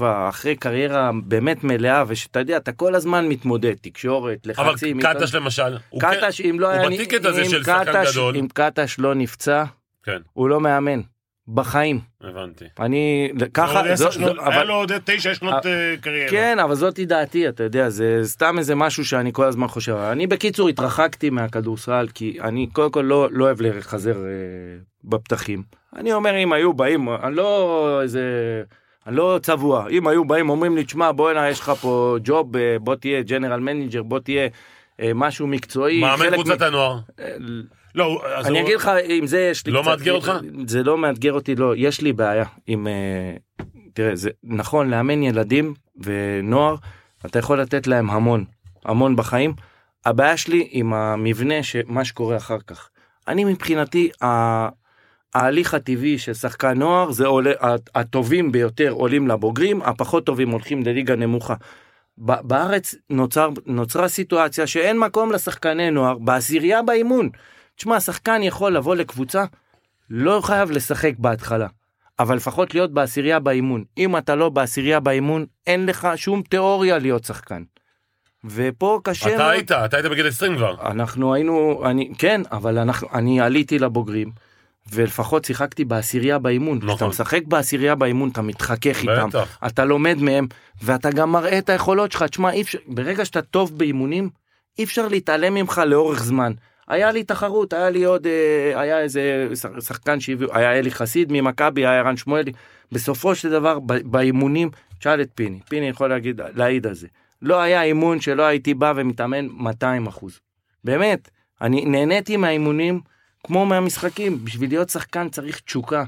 Speaker 3: 36-7 אחרי קריירה באמת מלאה ושאתה יודע אתה כל הזמן מתמודד תקשורת
Speaker 1: אבל
Speaker 3: לחצים.
Speaker 1: קטש למשל. הוא כן-
Speaker 3: קטש אם לא היה...
Speaker 1: הוא בתיקט הזה
Speaker 3: אם
Speaker 1: של שחקן
Speaker 3: קטש-
Speaker 1: גדול.
Speaker 3: אם קטש לא נפצע
Speaker 1: כן,
Speaker 3: הוא לא מאמן בחיים
Speaker 1: הבנתי.
Speaker 3: אני ככה
Speaker 2: לא, עשר
Speaker 3: זו-
Speaker 2: שנות-
Speaker 3: זו-
Speaker 2: היה
Speaker 3: אבל-
Speaker 2: לו עוד תשע שנות
Speaker 3: אה,
Speaker 2: אה, קריירה.
Speaker 3: כן אבל זאתי דעתי אתה יודע זה סתם איזה משהו שאני כל הזמן חושב אני בקיצור התרחקתי מהכדורסל כי אני קודם כל לא לא אוהב לחזר אה, בפתחים אני אומר אם היו באים אני לא איזה. אני לא צבוע, אם היו באים אומרים לי, תשמע בוא הנה יש לך פה ג'וב, אה, בוא תהיה ג'נרל מנג'ר, בוא תהיה אה, משהו מקצועי.
Speaker 1: מאמן
Speaker 3: חלק מ-
Speaker 1: קבוצת הנוער.
Speaker 3: אה,
Speaker 2: לא, אז
Speaker 3: אני
Speaker 2: הוא-
Speaker 3: אגיד לך, עם זה יש לי
Speaker 1: לא
Speaker 3: קצת...
Speaker 1: מאתגר אותך?
Speaker 3: זה לא מאתגר אותי, לא, יש לי בעיה עם... אה, תראה, זה נכון, לאמן ילדים ונוער, אתה יכול לתת להם המון, המון בחיים. הבעיה שלי עם המבנה, ש- מה שקורה אחר כך. אני מבחינתי, ה- ההליך הטבעי של שחקן נוער, זה עולה, ה- הטובים ביותר עולים לבוגרים, הפחות טובים הולכים לליגה נמוכה. ב- בארץ נוצר, נוצרה סיטואציה שאין מקום לשחקני נוער בעשירייה באימון. תשמע, שחקן יכול לבוא לקבוצה, לא חייב לשחק בהתחלה, אבל לפחות להיות בעשירייה באימון. אם אתה לא בעשירייה באימון, אין לך שום תיאוריה להיות שחקן. ופה קשה...
Speaker 1: אתה
Speaker 3: מאוד.
Speaker 1: היית, אתה היית בגיל 20 כבר.
Speaker 3: אנחנו היינו, אני, כן, אבל אנחנו, אני עליתי לבוגרים, ולפחות שיחקתי בעשירייה באימון.
Speaker 1: נכון.
Speaker 3: כשאתה משחק בעשירייה באימון, אתה מתחכך איתם,
Speaker 1: בטח.
Speaker 3: אתה לומד מהם, ואתה גם מראה את היכולות שלך. תשמע, אי אפשר, ברגע שאתה טוב באימונים, אי אפשר להתעלם ממך לאורך זמן. היה לי תחרות, היה לי עוד, אה, היה איזה שח- שחקן שהביאו, היה אלי חסיד ממכבי, היה ערן שמואלי. בסופו של דבר, ב- באימונים, תשאל את פיני, פיני יכול להגיד, להעיד על זה. לא היה אימון שלא הייתי בא ומתאמן 200 אחוז. באמת, אני נהניתי מהאימונים כמו מהמשחקים. בשביל להיות שחקן צריך תשוקה.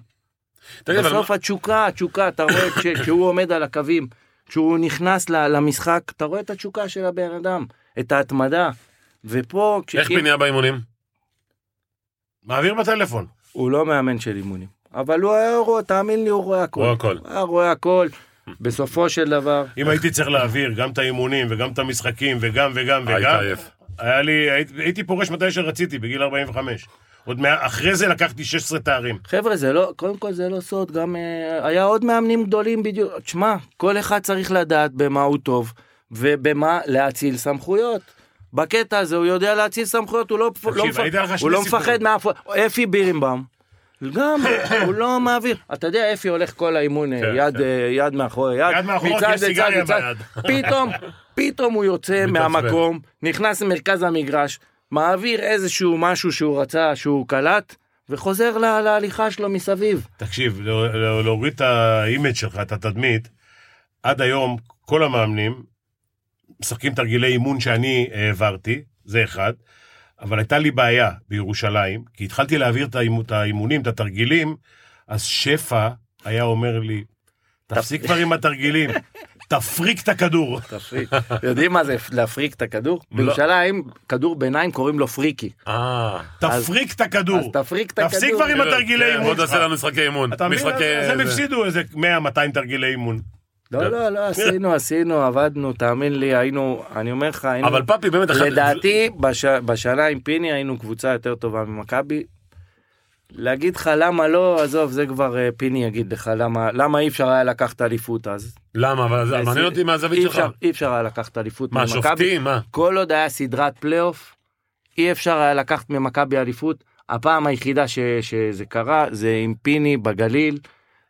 Speaker 1: תגיד, אבל
Speaker 3: בסוף התשוקה, התשוקה, אתה רואה כש- כשהוא עומד על הקווים, כשהוא נכנס ל- למשחק, אתה רואה את התשוקה של הבן אדם, את ההתמדה. ופה, כש-
Speaker 1: איך
Speaker 3: אם-
Speaker 1: פיני היה באימונים?
Speaker 2: מעביר בטלפון.
Speaker 3: הוא לא מאמן של אימונים, אבל הוא היה רואה, תאמין לי, הוא רואה הכל.
Speaker 1: הוא הכל.
Speaker 3: הוא היה רואה הכל. בסופו של דבר,
Speaker 2: אם הייתי צריך להעביר גם את האימונים וגם את המשחקים וגם וגם
Speaker 1: היית
Speaker 2: וגם,
Speaker 1: עייף.
Speaker 2: היה לי, הייתי, הייתי פורש מתי שרציתי, בגיל 45. עוד מה, אחרי זה לקחתי 16 תארים.
Speaker 3: חבר'ה, זה לא, קודם כל זה לא סוד, גם אה, היה עוד מאמנים גדולים בדיוק. תשמע, כל אחד צריך לדעת במה הוא טוב ובמה להאציל סמכויות. בקטע הזה הוא יודע להאציל סמכויות, הוא לא,
Speaker 2: תקשיב,
Speaker 3: לא, מפח-
Speaker 2: אני אתן לך שני
Speaker 3: הוא לא
Speaker 2: סיפורים.
Speaker 3: מפחד מאף... אפי בירנבאום. גם, הוא לא מעביר. אתה יודע, אפי הולך כל האימון, אה, יד, אה, יד מאחורי יד.
Speaker 2: כן, יד מאחורי,
Speaker 3: מצד
Speaker 2: כי יש
Speaker 3: לצד,
Speaker 2: סיגריה
Speaker 3: מצד-
Speaker 2: ביד.
Speaker 3: פתאום, פתאום הוא יוצא
Speaker 1: מתעצבן.
Speaker 3: מהמקום, נכנס למרכז המגרש, מעביר איזשהו משהו שהוא רצה, שהוא קלט, וחוזר לה, להליכה שלו מסביב.
Speaker 2: תקשיב, לא- לא- להוריד את האימג' שלך, את התדמית, עד היום כל המאמנים משחקים תרגילי אימון שאני העברתי, זה אחד, אבל הייתה לי בעיה בירושלים, כי התחלתי להעביר את האימ- את האימונים, את התרגילים, אז שפע היה אומר לי, תפסיק כבר עם התרגילים, תפריק את הכדור.
Speaker 3: תפריק. יודעים מה זה להפריק את הכדור?
Speaker 1: לא.
Speaker 3: בירושלים, כדור ביניים קוראים לו פריקי.
Speaker 1: אה.
Speaker 2: תפריק את
Speaker 3: אז
Speaker 2: הכדור.
Speaker 3: תפריק את הכדור.
Speaker 2: תפסיק כבר עם התרגילי
Speaker 1: כן, בוא
Speaker 2: אימון
Speaker 1: תעשה
Speaker 2: שלך.
Speaker 1: לנו אה, משחקי אימון.
Speaker 2: אתה מבין? אז
Speaker 1: משחקי-
Speaker 2: אז הם
Speaker 1: זה.
Speaker 2: הפסידו איזה 100-200 תרגילי אימון.
Speaker 3: לא, לא, לא, עשינו, עשינו, עבדנו, תאמין לי, היינו, אני אומר לך, היינו...
Speaker 1: אבל פאפי באמת, אחת-
Speaker 3: לדעתי, בש... בשנה עם פיני היינו קבוצה יותר טובה ממכבי. להגיד לך למה לא, עזוב, זה כבר אה, פיני יגיד לך למה, למה אי אפשר היה לקחת אליפות אז.
Speaker 1: למה? אבל זה לא, מעניין אותי מהזווית
Speaker 3: אי
Speaker 1: שלך.
Speaker 3: אפשר, אי אפשר היה לקחת אליפות
Speaker 1: מה,
Speaker 3: ממכבי.
Speaker 1: שופטים? מה?
Speaker 3: כל עוד היה סדרת פלייאוף, אי אפשר היה לקחת ממכבי אליפות. הפעם היחידה ש, שזה קרה זה עם פיני בגליל,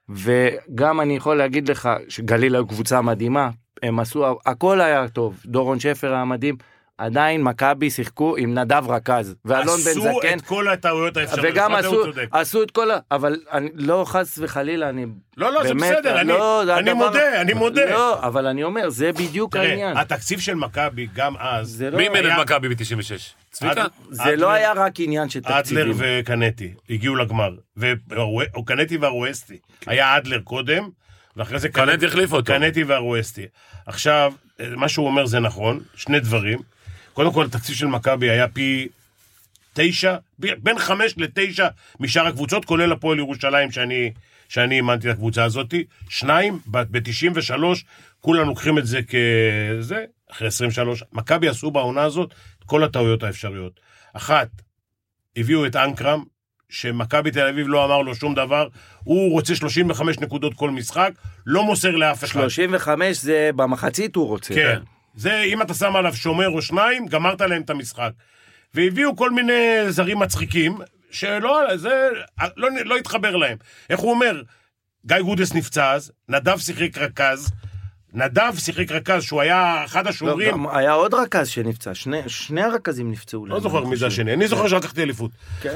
Speaker 3: וגם אני יכול להגיד לך שגליל היו קבוצה מדהימה, הם עשו, הכל היה טוב, דורון שפר היה מדהים, עדיין מכבי שיחקו עם נדב רכז, ואלון בן
Speaker 2: עשו
Speaker 3: זקן,
Speaker 2: את כל הטעויות האפשריות.
Speaker 3: וגם
Speaker 2: מה זה,
Speaker 3: עשו,
Speaker 2: הוא צודק.
Speaker 3: עשו את כל ה... אבל אני, לא חס וחלילה, אני...
Speaker 2: לא, לא, זה
Speaker 3: באמת,
Speaker 2: בסדר, אני-
Speaker 3: לא, זה
Speaker 2: אני
Speaker 3: הדבר-
Speaker 2: מודה, אני מודה.
Speaker 3: לא, אבל אני אומר, זה בדיוק העניין.
Speaker 2: תראה, התקציב של מכבי גם אז,
Speaker 3: זה לא...
Speaker 1: מי אימן
Speaker 2: היה-
Speaker 1: את מכבי ב-96? צביקה?
Speaker 2: עד-
Speaker 3: זה לא
Speaker 2: אדלר-
Speaker 3: היה רק עניין של
Speaker 2: אדלר
Speaker 3: תקציבים.
Speaker 2: וקנטי הגיעו לגמר, וקנטי והרואסטי.
Speaker 3: כן.
Speaker 2: היה אדלר קודם, ואחרי זה
Speaker 1: קנטי החליף אותו.
Speaker 2: קנטי והרואסטי. עכשיו, אה, מה שהוא אומר זה נכון, שני דברים. קודם כל, התקציב של מכבי היה פי תשע, ב- בין חמש לתשע משאר הקבוצות, כולל הפועל ירושלים שאני, שאני אימנתי לקבוצה הזאת. שניים, ב-93, כולם לוקחים את זה כזה, אחרי 23. מכבי עשו בעונה הזאת את כל הטעויות האפשריות. אחת, הביאו את אנקרם, שמכבי תל אביב לא אמר לו שום דבר, הוא רוצה 35 נקודות כל משחק, לא מוסר לאף אחד.
Speaker 3: 35 זה במחצית הוא רוצה.
Speaker 2: כן. זה, אם אתה שם עליו שומר או שניים, גמרת להם את המשחק. והביאו כל מיני זרים מצחיקים, שלא, זה, לא, לא התחבר להם. איך הוא אומר? גיא גודס נפצע אז, נדב שיחק רכז, נדב שיחק רכז, שהוא היה אחד
Speaker 3: לא,
Speaker 2: השומרים,
Speaker 3: גם היה עוד רכז שנפצע, שני, שני הרכזים נפצעו.
Speaker 2: לא
Speaker 3: להם,
Speaker 2: זוכר
Speaker 3: אני
Speaker 2: מי זה
Speaker 3: חושב.
Speaker 2: השני, אני זוכר שלקחתי אליפות.
Speaker 3: כן.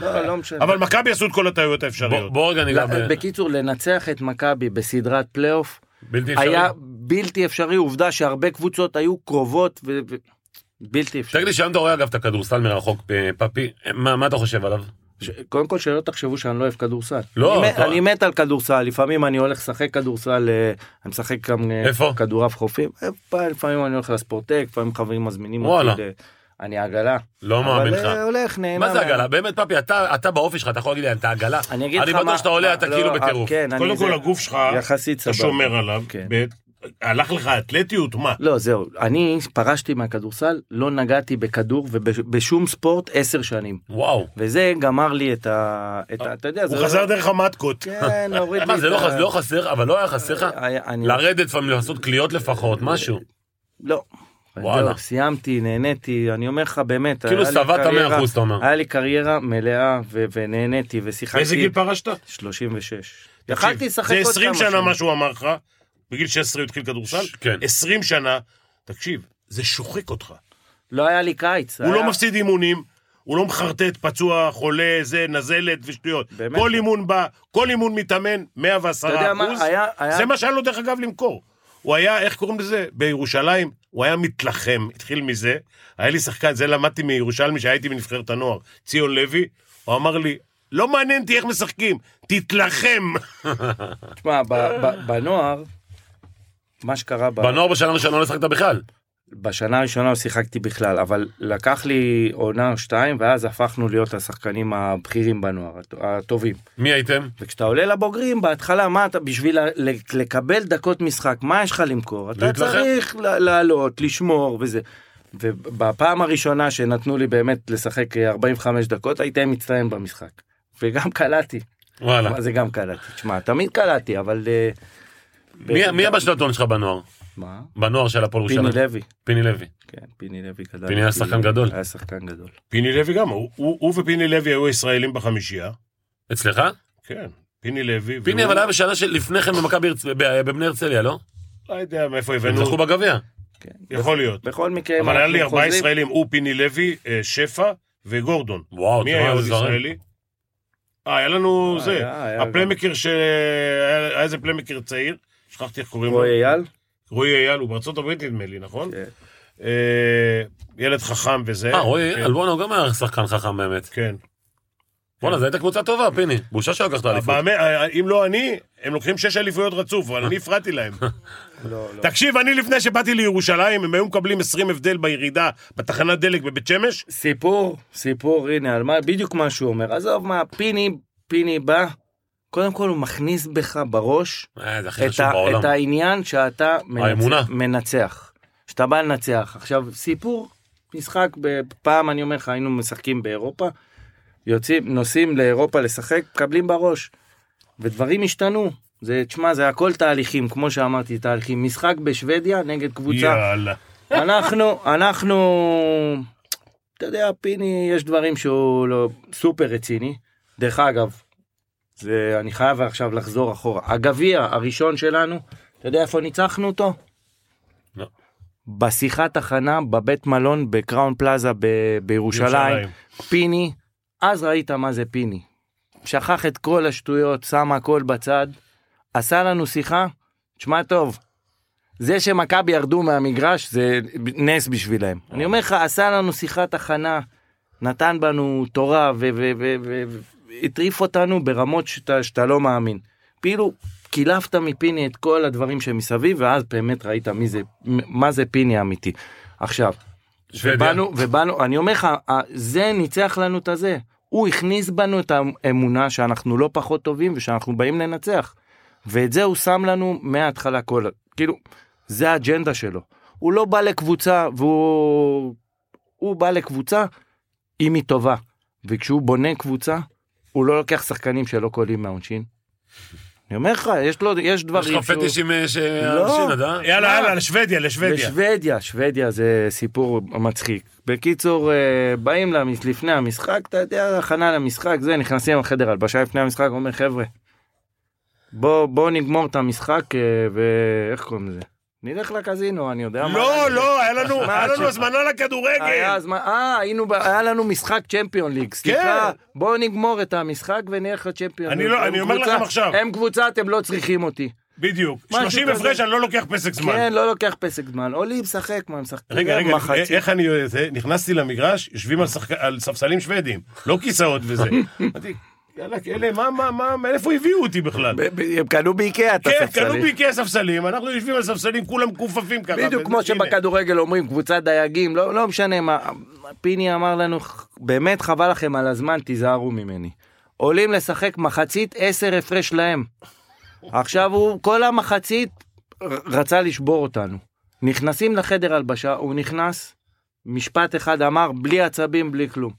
Speaker 3: לא, לא משנה.
Speaker 2: אבל מכבי עשו את כל הטעויות
Speaker 1: בוא-
Speaker 2: האפשריות.
Speaker 1: בוא רגע ניגע ב...
Speaker 3: ל- בקיצור, לנצח את מכבי בסדרת פלייאוף
Speaker 1: בלתי אפשרי.
Speaker 3: היה בלתי אפשרי, עובדה שהרבה קבוצות היו קרובות ו... ו- בלתי אפשרי.
Speaker 1: תגיד לי, שם אתה רואה אגב את הכדורסל מרחוק, אה, פאפי, מה מה אתה חושב עליו?
Speaker 3: ש... קודם כל שלא תחשבו שאני לא אוהב כדורסל.
Speaker 1: לא,
Speaker 3: אני, מ-
Speaker 1: אתה-
Speaker 3: אני מת על כדורסל, לפעמים אני הולך לשחק כדורסל, אה, אני משחק גם אה,
Speaker 1: איפה?
Speaker 3: כדורעף חופים, אה, פעם- לפעמים אני הולך לספורטק, לפעמים חברים מזמינים
Speaker 1: וואלה.
Speaker 3: אותי, ל- אני עגלה.
Speaker 1: לא מאמין לך.
Speaker 3: אבל אה, הולך, נהנה.
Speaker 1: מה זה
Speaker 3: מה-
Speaker 1: עגלה? באמת, פאפי, אתה אתה באופי שלך, אתה יכול להגיד לי, אתה עגלה?
Speaker 3: אני אגיד לך מה...
Speaker 1: אני בטוח שאתה עולה, אתה
Speaker 3: לא,
Speaker 1: כאילו
Speaker 3: אה,
Speaker 1: בטירוף.
Speaker 3: כן, אני...
Speaker 2: קודם
Speaker 3: זה-
Speaker 2: כל, הגוף שלך,
Speaker 3: יחסית
Speaker 2: אתה
Speaker 3: סבבה.
Speaker 2: שומר עליו,
Speaker 3: כן.
Speaker 2: ב- הלך לך אתלטיות, מה?
Speaker 3: לא, זהו. אני פרשתי מהכדורסל, לא נגעתי בכדור ובשום ספורט עשר שנים.
Speaker 1: וואו.
Speaker 3: וזה גמר לי את ה... את ה- אתה יודע, זה...
Speaker 2: הוא
Speaker 3: לא-
Speaker 2: חזר דרך המטקות.
Speaker 3: כן, הוריד לי
Speaker 1: אה, מה, זה
Speaker 3: את
Speaker 1: לא
Speaker 3: ה-
Speaker 1: חס- לא חסר, אבל לא היה חסר לך?
Speaker 3: היה- אני-
Speaker 1: לרדת לפעמים, לעשות קליות לפחות, משהו.
Speaker 3: לא.
Speaker 1: וואלה.
Speaker 3: וואלה. סיימתי, נהניתי, אני אומר לך באמת,
Speaker 1: כאילו
Speaker 3: היה לי
Speaker 1: שבעת
Speaker 3: קריירה-
Speaker 1: 100%, אתה אומר.
Speaker 3: היה לי קריירה מלאה ו- ונהניתי ושיחקתי.
Speaker 2: באיזה גיל פרשת?
Speaker 3: 36. יכלתי לשחק
Speaker 2: זה
Speaker 3: עוד
Speaker 2: 20
Speaker 3: כמה
Speaker 2: שנה
Speaker 3: שנים.
Speaker 2: מה שהוא אמר לך, בגיל 16 הוא התחיל כדורסל,
Speaker 1: ש- כן.
Speaker 2: 20 שנה, תקשיב, זה שוחק אותך.
Speaker 3: לא היה לי קיץ.
Speaker 2: הוא
Speaker 3: היה-
Speaker 2: לא מפסיד אימונים, הוא לא מחרטט, פצוע, חולה, זה, נזלת ושטויות.
Speaker 3: באמת.
Speaker 2: כל אימון בא, כל אימון מתאמן, 110
Speaker 3: אתה יודע מה,
Speaker 2: אחוז.
Speaker 3: היה- היה-
Speaker 2: זה מה שהיה לו דרך אגב למכור. הוא היה, איך קוראים לזה? בירושלים, הוא היה מתלחם, התחיל מזה. היה לי שחקן, זה למדתי מירושלמי שהייתי בנבחרת הנוער, ציון לוי, הוא אמר לי, לא מעניין אותי איך משחקים, תתלחם.
Speaker 3: תשמע, ב- ב- בנוער, מה שקרה ב-
Speaker 1: בנוער בשנה הראשונה לא שחקת בכלל.
Speaker 3: בשנה הראשונה לא שיחקתי בכלל, אבל לקח לי עונה או שתיים, ואז הפכנו להיות השחקנים הבכירים בנוער, הט- הטובים.
Speaker 1: מי הייתם?
Speaker 3: וכשאתה עולה לבוגרים, בהתחלה, מה אתה, בשביל ל- ל- לקבל דקות משחק, מה יש לך למכור? אתה
Speaker 1: להתלחם.
Speaker 3: צריך ל- לעלות, לשמור וזה. ובפעם הראשונה שנתנו לי באמת לשחק 45 דקות, הייתי מצטיין במשחק. וגם קלעתי.
Speaker 1: וואלה.
Speaker 3: מה זה גם קלעתי? תשמע, תמיד קלעתי, אבל... אה,
Speaker 1: מי- מי הבא של הטון שלך בנוער?
Speaker 3: מה?
Speaker 1: בנוער של הפועל
Speaker 3: פיני
Speaker 1: ירושלים.
Speaker 3: לוי.
Speaker 1: פיני לוי.
Speaker 3: כן, פיני לוי קלעתי.
Speaker 1: פיני היה שחקן גדול.
Speaker 3: היה שחקן גדול.
Speaker 2: פיני לוי גם, הוא- הוא הוא ופיני לוי היו ישראלים בחמישייה.
Speaker 1: אצלך?
Speaker 2: כן, פיני לוי.
Speaker 1: פיני
Speaker 2: והוא-
Speaker 1: אבל היה בשנה של לפני כן במכבי הרצ- ב- בבני הרצליה, לא?
Speaker 2: לא יודע מאיפה
Speaker 1: הם
Speaker 2: הבאנו,
Speaker 1: זכו בגביע.
Speaker 3: כן.
Speaker 2: יכול להיות.
Speaker 3: בכל מקרה, אם
Speaker 2: אבל היה לי
Speaker 3: אנחנו
Speaker 2: ארבעה
Speaker 3: חוזרים-
Speaker 2: ישראלים, הוא, פיני לוי, אה, שפע וגורדון.
Speaker 1: וואו,
Speaker 2: מי
Speaker 1: תראה,
Speaker 2: היה
Speaker 1: איזה
Speaker 2: עוד
Speaker 1: זרים.
Speaker 2: ישראלי? אה, היה לנו
Speaker 3: אה,
Speaker 2: זה,
Speaker 3: היה, היה
Speaker 2: הפלמקר ש... היה היה איזה פלמקר צעיר, שכחתי איך קוראים לו.
Speaker 3: רועי אייל?
Speaker 2: רועי אייל, הוא בארצות הברית נדמה לי, נכון?
Speaker 3: כן.
Speaker 2: אה, ילד חכם וזה.
Speaker 1: אה, רועי
Speaker 2: כן,
Speaker 1: אלבונה הוא גם היה שחקן חכם באמת.
Speaker 2: כן.
Speaker 3: כן.
Speaker 1: וואלה, זו הייתה קבוצה טובה, פיני. בושה שלא לקחת אליפות.
Speaker 2: המאמן- אה, אם לא אני, הם לוקחים שש אליפויות רצוף, אבל אני הפרעתי להם.
Speaker 3: לא, לא.
Speaker 2: תקשיב, אני לפני שבאתי לירושלים, הם היו מקבלים 20 הבדל בירידה בתחנת דלק בבית שמש.
Speaker 3: סיפור, סיפור, הנה, על מה, בדיוק מה שהוא אומר. עזוב מה, פיני, פיני בא, קודם כל הוא מכניס בך בראש
Speaker 1: אה, זה הכי
Speaker 3: את,
Speaker 1: חשוב
Speaker 3: ה,
Speaker 1: בעולם.
Speaker 3: את העניין שאתה
Speaker 1: האמונה.
Speaker 3: מנצח, מנצח. שאתה בא לנצח. עכשיו, סיפור, משחק, ב- פעם אני אומר לך, היינו משחקים באירופה, יוצאים, נוסעים לאירופה לשחק, מקבלים בראש. ודברים השתנו. זה, תשמע, זה הכל תהליכים, כמו שאמרתי, תהליכים. משחק בשוודיה נגד קבוצה
Speaker 2: יאללה.
Speaker 3: אנחנו, אנחנו, אתה יודע, פיני, יש דברים שהוא לא סופר רציני. דרך אגב, זה, אני חייב עכשיו לחזור אחורה. הגביע הראשון שלנו, אתה יודע איפה ניצחנו אותו?
Speaker 1: לא.
Speaker 3: בשיחת הכנה בבית מלון בקראון פלאזה ב- בירושלים.
Speaker 2: ירושלים.
Speaker 3: פיני, אז ראית מה זה פיני. שכח את כל השטויות, שם הכל בצד, עשה לנו שיחה, תשמע טוב, זה שמכבי ירדו מהמגרש זה נס בשבילהם. אני אומר לך, עשה לנו שיחת הכנה, נתן בנו תורה והטריף אותנו ברמות שאתה, שאתה לא מאמין. כאילו, קילפת מפיני את כל הדברים שמסביב, ואז באמת ראית מי זה, מה זה פיני אמיתי. עכשיו,
Speaker 1: שוודיה.
Speaker 3: ובאנו, ובאנו, אני אומר לך, ה- זה ניצח לנו את הזה. הוא הכניס בנו את האמונה שאנחנו לא פחות טובים ושאנחנו באים לנצח. ואת זה הוא שם לנו מההתחלה כל, כאילו, זה האג'נדה שלו. הוא לא בא לקבוצה והוא, הוא בא לקבוצה אם היא טובה. וכשהוא בונה קבוצה, הוא לא לוקח שחקנים שלא קולים מהעונשין. אני אומר לך, יש לו, יש
Speaker 1: יש
Speaker 3: דברים
Speaker 1: לך פטישים אה,
Speaker 3: לא.
Speaker 1: שאנשים נדע?
Speaker 2: יאללה, יאללה, לשוודיה, לשוודיה.
Speaker 3: בשוודיה, שוודיה זה סיפור מצחיק. בקיצור, אה, באים למס... לפני המשחק, אתה יודע, הכנה למשחק, זה, נכנסים לחדר הלבשה לפני המשחק, אומר, חבר'ה, בוא, בוא נגמור את המשחק, אה, ואיך קוראים לזה? נלך לקזינו, אני יודע מה.
Speaker 2: לא, לא, היה לנו
Speaker 3: מה,
Speaker 2: היה לנו לא
Speaker 3: ש-
Speaker 2: הזמנה
Speaker 3: היה,
Speaker 2: לכדורגל.
Speaker 3: אז מה, אה, היינו, ב- היה לנו משחק צ'מפיון ליג,
Speaker 2: כן.
Speaker 3: סליחה, בואו נגמור את המשחק ונלך לצ'מפיון
Speaker 2: אני
Speaker 3: ליג.
Speaker 2: לא-
Speaker 3: הם
Speaker 2: אני אומר
Speaker 3: קבוצה-
Speaker 2: לכם עכשיו.
Speaker 3: הם קבוצה, אתם לא צריכים אותי.
Speaker 2: בדיוק.
Speaker 3: משהו
Speaker 2: 30
Speaker 3: כזה.
Speaker 2: הפרש, אני לא לוקח פסק זמן.
Speaker 3: כן, לא לוקח פסק זמן, עולים, משחק, מה, משחק.
Speaker 2: רגע, רגע, אה,
Speaker 3: מחצית.
Speaker 2: איך אני... זה, נכנסתי למגרש, יושבים על שחק- על ספסלים שוודים, לא כיסאות וזה. אמרתי, יאללה, אלה, מה, מה, מה, מאיפה הביאו אותי בכלל?
Speaker 3: ב- ב- הם קנו באיקאה את
Speaker 2: כן,
Speaker 3: הספסלים.
Speaker 2: קנו בעיקר ספסלים, אנחנו יושבים על ספסלים, כולם מכופפים ככה. וזה,
Speaker 3: בדיוק כמו
Speaker 2: הנה.
Speaker 3: שבכדורגל אומרים קבוצת דייגים, לא לא משנה מה. פיני אמר לנו, באמת חבל לכם על הזמן, תיזהרו ממני. עולים לשחק מחצית, עשר הפרש להם. עכשיו הוא, כל המחצית ר- רצה לשבור אותנו. נכנסים לחדר הלבשה, הוא נכנס, משפט אחד אמר, בלי עצבים, בלי כלום.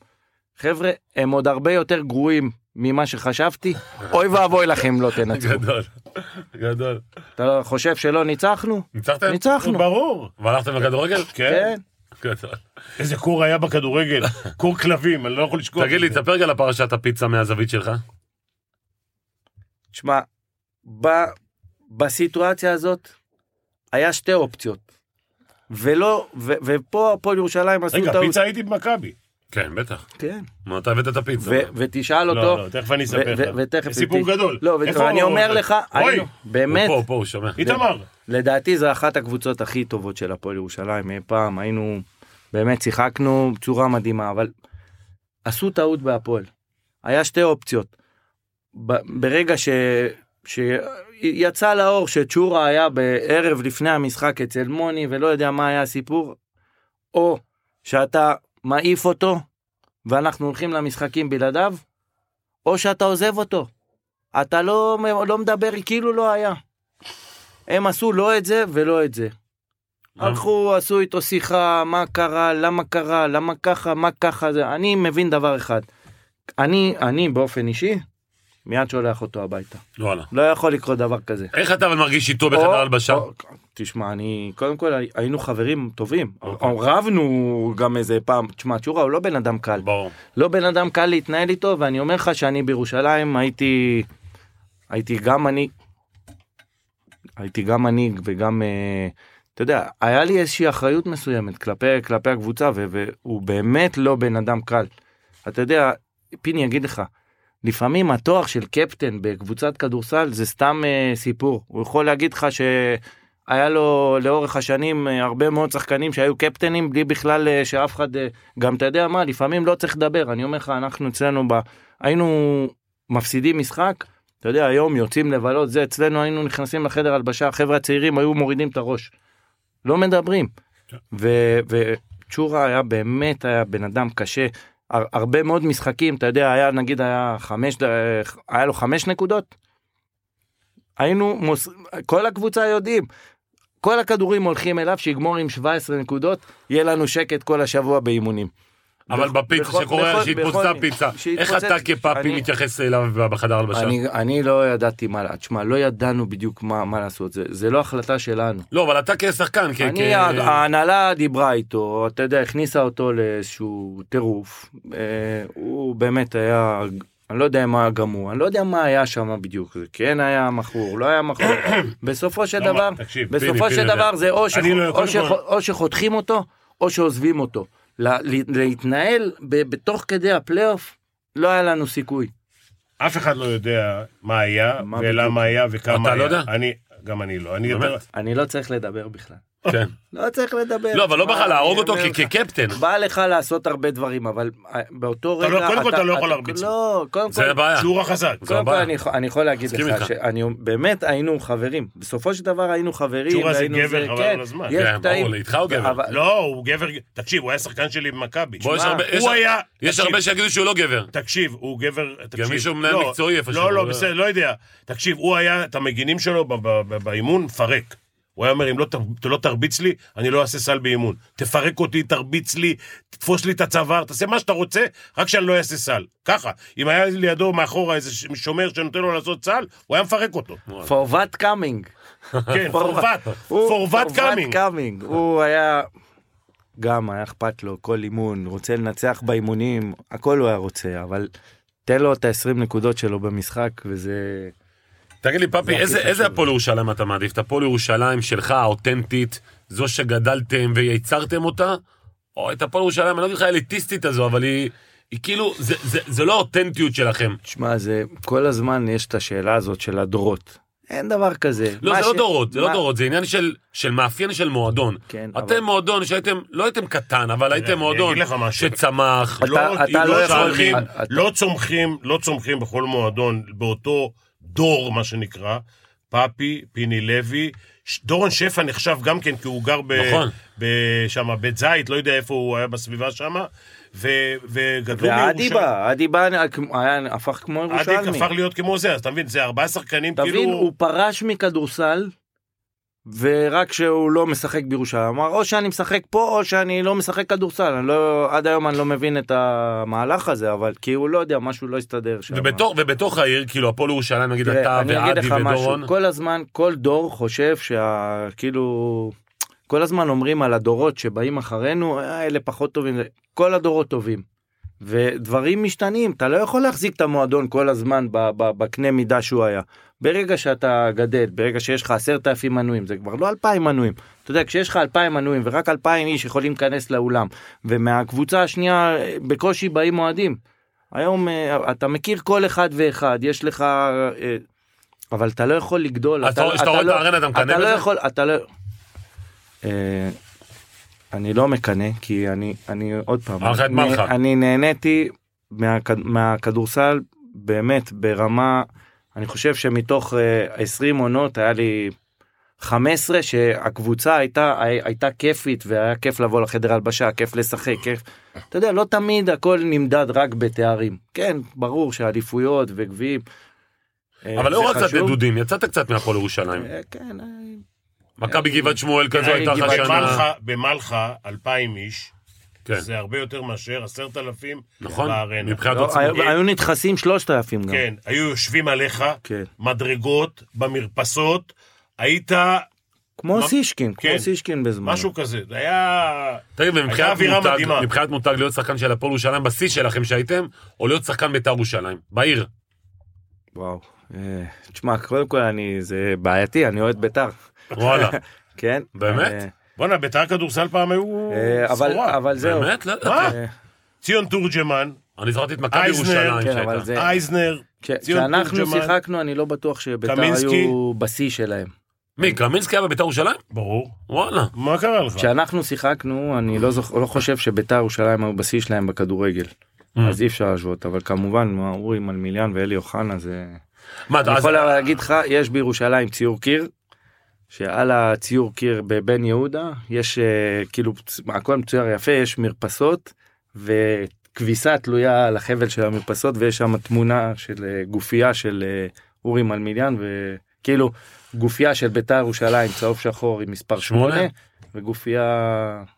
Speaker 3: חבר'ה, הם עוד הרבה יותר גרועים ממה שחשבתי, אוי ואבוי לכם לא תנצחו.
Speaker 1: גדול, גדול.
Speaker 3: אתה חושב שלא ניצחנו?
Speaker 1: ניצחתם?
Speaker 3: ניצחנו.
Speaker 2: ברור.
Speaker 1: והלכתם לכדורגל?
Speaker 2: כן.
Speaker 3: כן.
Speaker 1: גדול.
Speaker 2: איזה קור היה בכדורגל. קור כלבים, אני לא יכול לשכוח.
Speaker 1: תגיד לי,
Speaker 2: את זה.
Speaker 1: תספר רגע על פרשת הפיצה מהזווית שלך.
Speaker 3: שמע, ב- בסיטואציה הזאת היה שתי אופציות. ולא, ו- ופה הפועל ירושלים עשו
Speaker 2: רגע,
Speaker 3: טעות.
Speaker 2: פיצה הייתי במכבי.
Speaker 1: כן, בטח.
Speaker 3: כן.
Speaker 1: נו, אתה הבאת את הפיצה.
Speaker 3: ו- ותשאל אותו.
Speaker 2: לא, לא, תכף אני
Speaker 3: ו-
Speaker 2: אספר לך.
Speaker 3: ו- ותכף...
Speaker 2: זה סיפור
Speaker 3: ות-
Speaker 2: גדול.
Speaker 3: לא,
Speaker 2: איפה
Speaker 3: ואני אומר
Speaker 2: אורן?
Speaker 3: לך,
Speaker 2: אוי,
Speaker 3: היינו, באמת,
Speaker 1: הוא פה, הוא פה, הוא שומע.
Speaker 2: איתמר.
Speaker 3: לדעתי זו אחת הקבוצות הכי טובות של הפועל ירושלים אי פעם, היינו, באמת שיחקנו בצורה מדהימה, אבל עשו טעות בהפועל. היה שתי אופציות. ב- ברגע ש... שיצא לאור שצ'ורה היה בערב לפני המשחק אצל מוני ולא יודע מה היה הסיפור, או שאתה מעיף אותו ואנחנו הולכים למשחקים בלעדיו, או שאתה עוזב אותו. אתה לא, לא מדבר כאילו לא היה. הם עשו לא את זה ולא את זה.
Speaker 1: מה?
Speaker 3: הלכו, עשו איתו שיחה, מה קרה, למה קרה, למה ככה, מה ככה, זה. אני מבין דבר אחד. אני, אני באופן אישי, מיד שולח אותו הביתה.
Speaker 1: וואלה.
Speaker 3: לא יכול לקרות דבר כזה.
Speaker 1: איך אתה אבל מרגיש איתו
Speaker 3: או-
Speaker 1: בחדר הלבשה?
Speaker 3: או- תשמע, אני, קודם כל הי- היינו חברים טובים. או- רבנו גם איזה פעם, תשמע, תשורה הוא לא בן אדם קל.
Speaker 1: ברור.
Speaker 3: לא בן אדם קל להתנהל איתו, ואני אומר לך שאני בירושלים הייתי, הייתי גם אני, הייתי גם מנהיג וגם, אה, אתה יודע, היה לי איזושהי אחריות מסוימת כלפי, כלפי הקבוצה, ו- והוא באמת לא בן אדם קל. אתה יודע, פיני יגיד לך, לפעמים התואר של קפטן בקבוצת כדורסל זה סתם אה, סיפור. הוא יכול להגיד לך ש... היה לו לאורך השנים אה, הרבה מאוד שחקנים שהיו קפטנים בלי בכלל אה, שאף אחד אה, גם אתה יודע מה לפעמים לא צריך לדבר אני אומר לך אנחנו אצלנו ב... היינו מפסידים משחק אתה יודע היום יוצאים לבלות זה אצלנו היינו נכנסים לחדר הלבשה החבר'ה הצעירים היו מורידים את הראש. לא מדברים. ו- וצ'ורה היה באמת היה בן אדם קשה הר- הרבה מאוד משחקים אתה יודע היה נגיד היה חמש ד- אה, היה לו חמש נקודות. היינו מוס... כל הקבוצה יודעים. כל הכדורים הולכים אליו שיגמור עם 17 נקודות יהיה לנו שקט כל השבוע באימונים.
Speaker 1: אבל
Speaker 3: בכ-
Speaker 1: בפיצה
Speaker 3: בכל-
Speaker 1: שקורה,
Speaker 3: בכל-
Speaker 1: שהתפוצצה
Speaker 3: בכל-
Speaker 1: הפיצה. איך
Speaker 3: שהתפוצץ-
Speaker 1: אתה כפאפי
Speaker 3: אני-
Speaker 1: מתייחס אליו בחדר הלבשה?
Speaker 3: אני, אני לא ידעתי מה, לה- תשמע, לא ידענו בדיוק מה, מה לעשות, זה, זה לא החלטה שלנו.
Speaker 1: לא, אבל אתה כשחקן,
Speaker 2: כן,
Speaker 1: כ...
Speaker 3: אני,
Speaker 1: כ-
Speaker 3: ה- ההנהלה דיברה איתו, אתה יודע, הכניסה אותו לאיזשהו טירוף. אה, הוא באמת היה, אני לא יודע מה היה גמור, אני לא יודע מה היה שם בדיוק, זה כן היה מכור, לא היה מכור. בסופו של
Speaker 2: לא,
Speaker 3: דבר,
Speaker 2: מה, תקשיב,
Speaker 3: בסופו
Speaker 1: פיני
Speaker 3: של
Speaker 1: יודע.
Speaker 3: דבר זה או, שח...
Speaker 2: אני לא-
Speaker 3: או,
Speaker 2: קודם
Speaker 3: שח...
Speaker 2: כל-
Speaker 3: או שחותכים אותו, או שעוזבים אותו. לה... להתנהל ב... בתוך כדי הפלייאוף, לא היה לנו סיכוי.
Speaker 2: אף אחד לא יודע מה היה,
Speaker 3: מה בדיוק?
Speaker 2: ולמה היה, וכמה
Speaker 1: אתה
Speaker 2: היה.
Speaker 1: לא יודע?
Speaker 2: אני, גם אני לא. אני
Speaker 1: באמת?
Speaker 2: יותר...
Speaker 3: אני לא צריך לדבר בכלל.
Speaker 1: כן.
Speaker 3: לא צריך לדבר.
Speaker 1: לא, אבל לא
Speaker 3: מה,
Speaker 1: בא לך להרוג
Speaker 3: אני
Speaker 1: אותו
Speaker 3: אומר
Speaker 1: כ-
Speaker 3: לך.
Speaker 1: כקפטן.
Speaker 3: בא לך לעשות הרבה דברים, אבל אה, באותו
Speaker 2: אתה
Speaker 3: רגע...
Speaker 2: לא- קודם כל אתה לא יכול להרביץ לו.
Speaker 3: לא, קודם
Speaker 1: זה
Speaker 3: כל...
Speaker 1: הבעיה.
Speaker 2: שהוא חזק.
Speaker 1: זה
Speaker 3: קודם כל
Speaker 1: הבעיה.
Speaker 3: אני, יכול- אני יכול להגיד
Speaker 1: מסכים
Speaker 3: לך
Speaker 1: איתך.
Speaker 3: שאני באמת היינו חברים בסופו של דבר היינו חברים.
Speaker 2: צ'ורה זה
Speaker 3: והיינו
Speaker 2: גבר, חבל על הזמן.
Speaker 3: יש
Speaker 1: כן,
Speaker 3: קטעים,
Speaker 1: ברור לי, איתך הוא גבר.
Speaker 3: אבל-
Speaker 2: לא, הוא גבר... תקשיב, הוא היה שחקן שלי במכבי.
Speaker 1: בוא, יש
Speaker 2: שמע,
Speaker 1: הרבה- יש-
Speaker 2: הוא היה...
Speaker 1: יש
Speaker 2: תקשיב,
Speaker 1: הרבה שיגידו שהוא לא גבר.
Speaker 2: תקשיב, הוא גבר, תקשיב.
Speaker 1: מישהו מנהל
Speaker 2: לא,
Speaker 1: מקצועי איפשהו,
Speaker 2: לא, לא,
Speaker 1: הוא-
Speaker 2: בסדר, לא יודע. תקשיב, הוא היה, את המגינים שלו ב- ב- ב- באימון, פרק. הוא היה אומר, אם לא ת- לא תרביץ לי, אני לא אעשה סל באימון. תפרק אותי, תרביץ לי, תתפוס לי את הצוואר, תעשה מה שאתה רוצה, רק שאני לא אעשה סל. ככה. אם היה לידו מאחורה איזה ש- שומר שנותן לו לעשות סל, הוא היה מפרק אותו.
Speaker 3: for what coming.
Speaker 2: כן, פורבט,
Speaker 3: הוא-
Speaker 2: פורבט
Speaker 3: for what
Speaker 2: קאמינג.
Speaker 3: coming. הוא היה גם היה אכפת לו כל אימון רוצה לנצח באימונים הכל הוא היה רוצה אבל תן לו את ה-20 נקודות שלו במשחק וזה
Speaker 1: תגיד לי, פאפי,
Speaker 3: לא, הכי
Speaker 1: איזה-
Speaker 3: חשוב.
Speaker 1: איזה הפועל ירושלים אתה מעדיף? את הפועל ירושלים שלך, האותנטית, זו שגדלתם וייצרתם אותה? או את הפועל ירושלים, אני לא אגיד לך האליטיסטית הזו, אבל היא... היא כאילו, זה- זה- זה לא האותנטיות שלכם.
Speaker 3: תשמע, זה כל הזמן יש את השאלה הזאת של הדורות. אין דבר כזה.
Speaker 1: לא,
Speaker 3: מה
Speaker 1: זה לא
Speaker 3: ש-
Speaker 1: דורות, זה
Speaker 3: מה-
Speaker 1: לא דורות, זה עניין של- של מאפיין של מועדון.
Speaker 3: כן, אבל-
Speaker 1: אתם מועדון שהייתם, לא הייתם קטן, אבל הייתם
Speaker 2: אני
Speaker 1: מועדון
Speaker 2: אגיד לך משהו.
Speaker 1: שצמח.
Speaker 3: אתה-
Speaker 2: לא
Speaker 3: אתה לא יכול-
Speaker 2: צומחים,
Speaker 3: אתה-
Speaker 2: לא צומחים, לא צומחים בכל מועדון, באותו דור, מה שנקרא, פאפי, פיני לוי, ש- דורון שפע נחשב גם כן, כי הוא גר ב...
Speaker 1: נכון.
Speaker 2: ב- שמה, בית זית, לא יודע איפה הוא היה בסביבה שמה, ו- וגדלו
Speaker 3: ועדי בא, עדי בא היה- היה- הפך כמו
Speaker 2: עדי
Speaker 3: ירושלמי.
Speaker 2: כאילו הפך להיות כמו זה, אז אתה מבין, זה ארבעה שחקנים,
Speaker 3: תבין,
Speaker 2: כאילו...
Speaker 3: הוא פרש מכדורסל ורק שהוא לא משחק בירושלים. אמר, או שאני משחק פה, או שאני לא משחק כדורסל. אני לא, עד היום אני לא מבין את המהלך הזה, אבל כי הוא לא יודע, משהו לא הסתדר שם.
Speaker 1: ובתוך, ובתוך העיר, כאילו, הפועל ירושלים, נגיד
Speaker 3: תראה,
Speaker 1: אתה
Speaker 3: אני אגיד
Speaker 1: ועדי
Speaker 3: לך משהו,
Speaker 1: ודורון,
Speaker 3: כל הזמן, כל דור חושב שה... כאילו... כל הזמן אומרים על הדורות שבאים אחרינו, "אה, אלה פחות טובים, זה-" כל הדורות טובים. ודברים משתנים, אתה לא יכול להחזיק את המועדון כל הזמן ב- ב- בקנה מידה שהוא היה. ברגע שאתה גדל, ברגע שיש לך עשרת אלפים מנויים, זה כבר לא אלפיים מנויים. אתה יודע, כשיש לך אלפיים מנויים ורק אלפיים איש יכולים להיכנס לאולם, ומהקבוצה השנייה אה, בקושי באים אוהדים. היום אה, אתה מכיר כל אחד ואחד, יש לך... אה, אבל אתה לא יכול לגדול.
Speaker 1: אז אתה- כשאתה רואה את
Speaker 3: לא-
Speaker 1: הארנה, אתה מקנא
Speaker 3: אתה לא
Speaker 1: בזה?
Speaker 3: יכול, אתה לא... אה, אני לא מקנא, כי אני, אני עוד פעם,
Speaker 1: היה לך את
Speaker 3: אני-
Speaker 1: מלכה.
Speaker 3: אני נהניתי מהכד- מהכדורסל באמת ברמה, אני חושב שמתוך אה, 20 עונות היה לי 15 שהקבוצה הייתה, הי- הייתה כיפית והיה כיף לבוא לחדר הלבשה, כיף לשחק, כיף. אתה יודע, לא תמיד הכל נמדד רק בתארים. כן, ברור שאליפויות וגביעים. אה,
Speaker 1: אבל לא
Speaker 3: זה
Speaker 1: רק קצת
Speaker 3: חשוב.
Speaker 1: נדודים, יצאת קצת מהפועל ירושלים.
Speaker 3: אה, כן, אה,
Speaker 1: מכבי גבעת שמואל כזו
Speaker 3: אה,
Speaker 1: הייתה לך
Speaker 3: גבעת
Speaker 1: שנה.
Speaker 2: במלחה, במלחה, אלפיים איש,
Speaker 1: כן,
Speaker 2: זה הרבה יותר מאשר עשרת אלפים
Speaker 1: נכון,
Speaker 2: בארנה.
Speaker 1: מבחינת
Speaker 3: לא,
Speaker 1: עוצמות.
Speaker 3: היו- היו נדחסים 3,000 גם.
Speaker 2: כן, היו יושבים עליך,
Speaker 3: כן.
Speaker 2: מדרגות, במרפסות, היית
Speaker 3: כמו
Speaker 2: מה-
Speaker 3: סישקין,
Speaker 2: כן.
Speaker 3: כמו סישקין בזמנו.
Speaker 2: משהו כזה, זה היה...
Speaker 1: תגיד, ומבחינת
Speaker 2: הייתה אווירה
Speaker 1: מותג-
Speaker 2: מדהימה.
Speaker 1: מבחינת מותג להיות שחקן של הפועל ירושלים בשיא שלכם שהייתם, או להיות שחקן בית"ר ירושלים, בעיר.
Speaker 3: וואו. אה, תשמע, קודם כל אני, זה בעייתי, אני אוהד בית"ר.
Speaker 1: וואלה.
Speaker 3: כן.
Speaker 1: באמת?
Speaker 3: אה,
Speaker 2: בואנה, בית"ר כדורסל פעם היו
Speaker 3: אה, אבל-
Speaker 2: סחורה.
Speaker 3: אבל זהו.
Speaker 1: באמת? לא
Speaker 2: מה?
Speaker 1: ידעתי.
Speaker 3: אה,
Speaker 2: ציון תורג'מן,
Speaker 1: אני זוכרתי את מכבי
Speaker 2: אייזנר,
Speaker 1: ירושלים
Speaker 3: כן, אבל
Speaker 1: שהייתה.
Speaker 3: זה...
Speaker 2: אייזנר,
Speaker 3: כש-
Speaker 2: ציון
Speaker 3: כשאנחנו
Speaker 2: תורג'מן.
Speaker 3: שיחקנו, אני לא בטוח שבית"ר
Speaker 2: קמינסקי.
Speaker 3: היו בשיא שלהם.
Speaker 1: מי, קרמינסקי היה בבית"ר ירושלים?
Speaker 2: ברור.
Speaker 1: וואלה.
Speaker 2: מה קרה לך?
Speaker 3: כשאנחנו שיחקנו, אני לא זוכ- לא חושב שבית"ר ירושלים היו בשיא שלהם בכדורגל.
Speaker 2: אה.
Speaker 3: אז אי אפשר להשוות, אבל כמובן, מה, אורי מלמיליאן ואלי אוחנה זה...
Speaker 1: מה,
Speaker 3: אני
Speaker 1: אז-
Speaker 3: יכול להגיד לך, יש בירושלים ציור קיר, שעל הציור קיר בבן יהודה, יש אה, כאילו, צ- הכל מצויר יפה, יש מרפסות, וכביסה תלויה על החבל של המרפסות, ויש שם תמונה של אה, גופייה של אה, אורי מלמיליאן, וכאילו, גופייה של ביתר ירושלים, צהוב שחור עם מספר
Speaker 1: שמונה.
Speaker 3: 8, וגופייה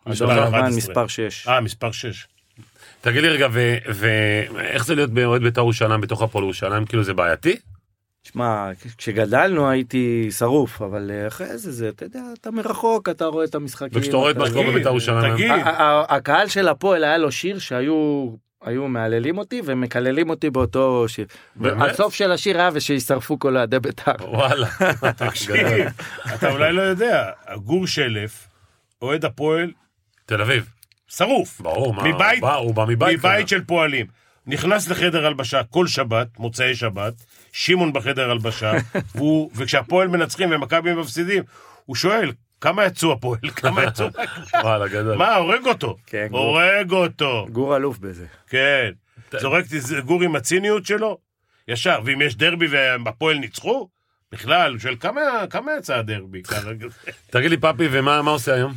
Speaker 3: אדום
Speaker 2: מספר
Speaker 3: לבן
Speaker 2: 11.
Speaker 3: מספר 6.
Speaker 2: אה, מספר 6.
Speaker 1: תגיד לי רגע, ו- ואיך זה להיות באוהד בית"ר ירושלים בתוך הפועל ירושלים? כאילו זה בעייתי?
Speaker 3: שמע, כשגדלנו הייתי שרוף, אבל אה, אחרי זה, זה, אתה יודע, אתה מרחוק, אתה רואה את המשחקים.
Speaker 1: וכשאתה רואה את
Speaker 3: אתה-
Speaker 1: מה שקורה בבית"ר ירושלים.
Speaker 2: תגיד,
Speaker 3: ה- ה- הקהל של הפועל היה לו שיר שהיו היו מהללים אותי ומקללים אותי באותו שיר.
Speaker 1: באמת?
Speaker 3: הסוף של השיר היה ושישרפו כל אוהדי בית"ר.
Speaker 1: וואלה.
Speaker 2: תקשיב, אתה אולי לא יודע, גור שלף, אוהד הפועל,
Speaker 1: תל אביב.
Speaker 2: שרוף.
Speaker 1: ברור, מה,
Speaker 2: מבית-
Speaker 1: הוא בא- הוא בא מבית.
Speaker 2: מבית של פועלים. נכנס לחדר הלבשה כל שבת, מוצאי שבת, שמעון בחדר הלבשה, והוא, וכשהפועל מנצחים ומכבי מפסידים, הוא שואל, כמה יצאו הפועל? כמה יצאו?
Speaker 1: וואלה, גדול.
Speaker 2: מה, הורג אותו.
Speaker 3: כן, גור.
Speaker 2: הורג אותו,
Speaker 3: גור אלוף בזה.
Speaker 2: כן. זורק את גור עם הציניות שלו, ישר, ואם יש דרבי והפועל ניצחו, בכלל, הוא שואל, "כמה- כמה יצא הדרבי?
Speaker 1: תגיד לי, פאפי, ומה מה עושה היום?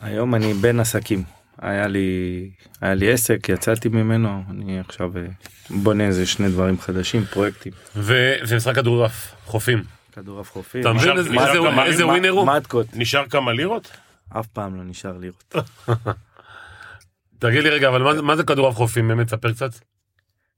Speaker 3: היום אני בן עסקים. היה לי היה לי עסק, יצאתי ממנו, אני עכשיו אה, בונה איזה שני דברים חדשים, פרויקטים.
Speaker 1: ו- ומשחק כדורעף, חופים.
Speaker 3: כדורעף חופים.
Speaker 1: אתה מבין
Speaker 2: נשאר-
Speaker 1: איזה-
Speaker 2: נשאר
Speaker 1: איזה-
Speaker 2: גם מרים,
Speaker 1: איזה
Speaker 2: מה-
Speaker 1: ווינר הוא?
Speaker 3: מתקות,
Speaker 2: נשאר כמה לירות?
Speaker 3: אף פעם לא נשאר לראות.
Speaker 1: תגיד לי רגע, אבל מה זה- מה זה כדורעף חופים? באמת, ספר קצת.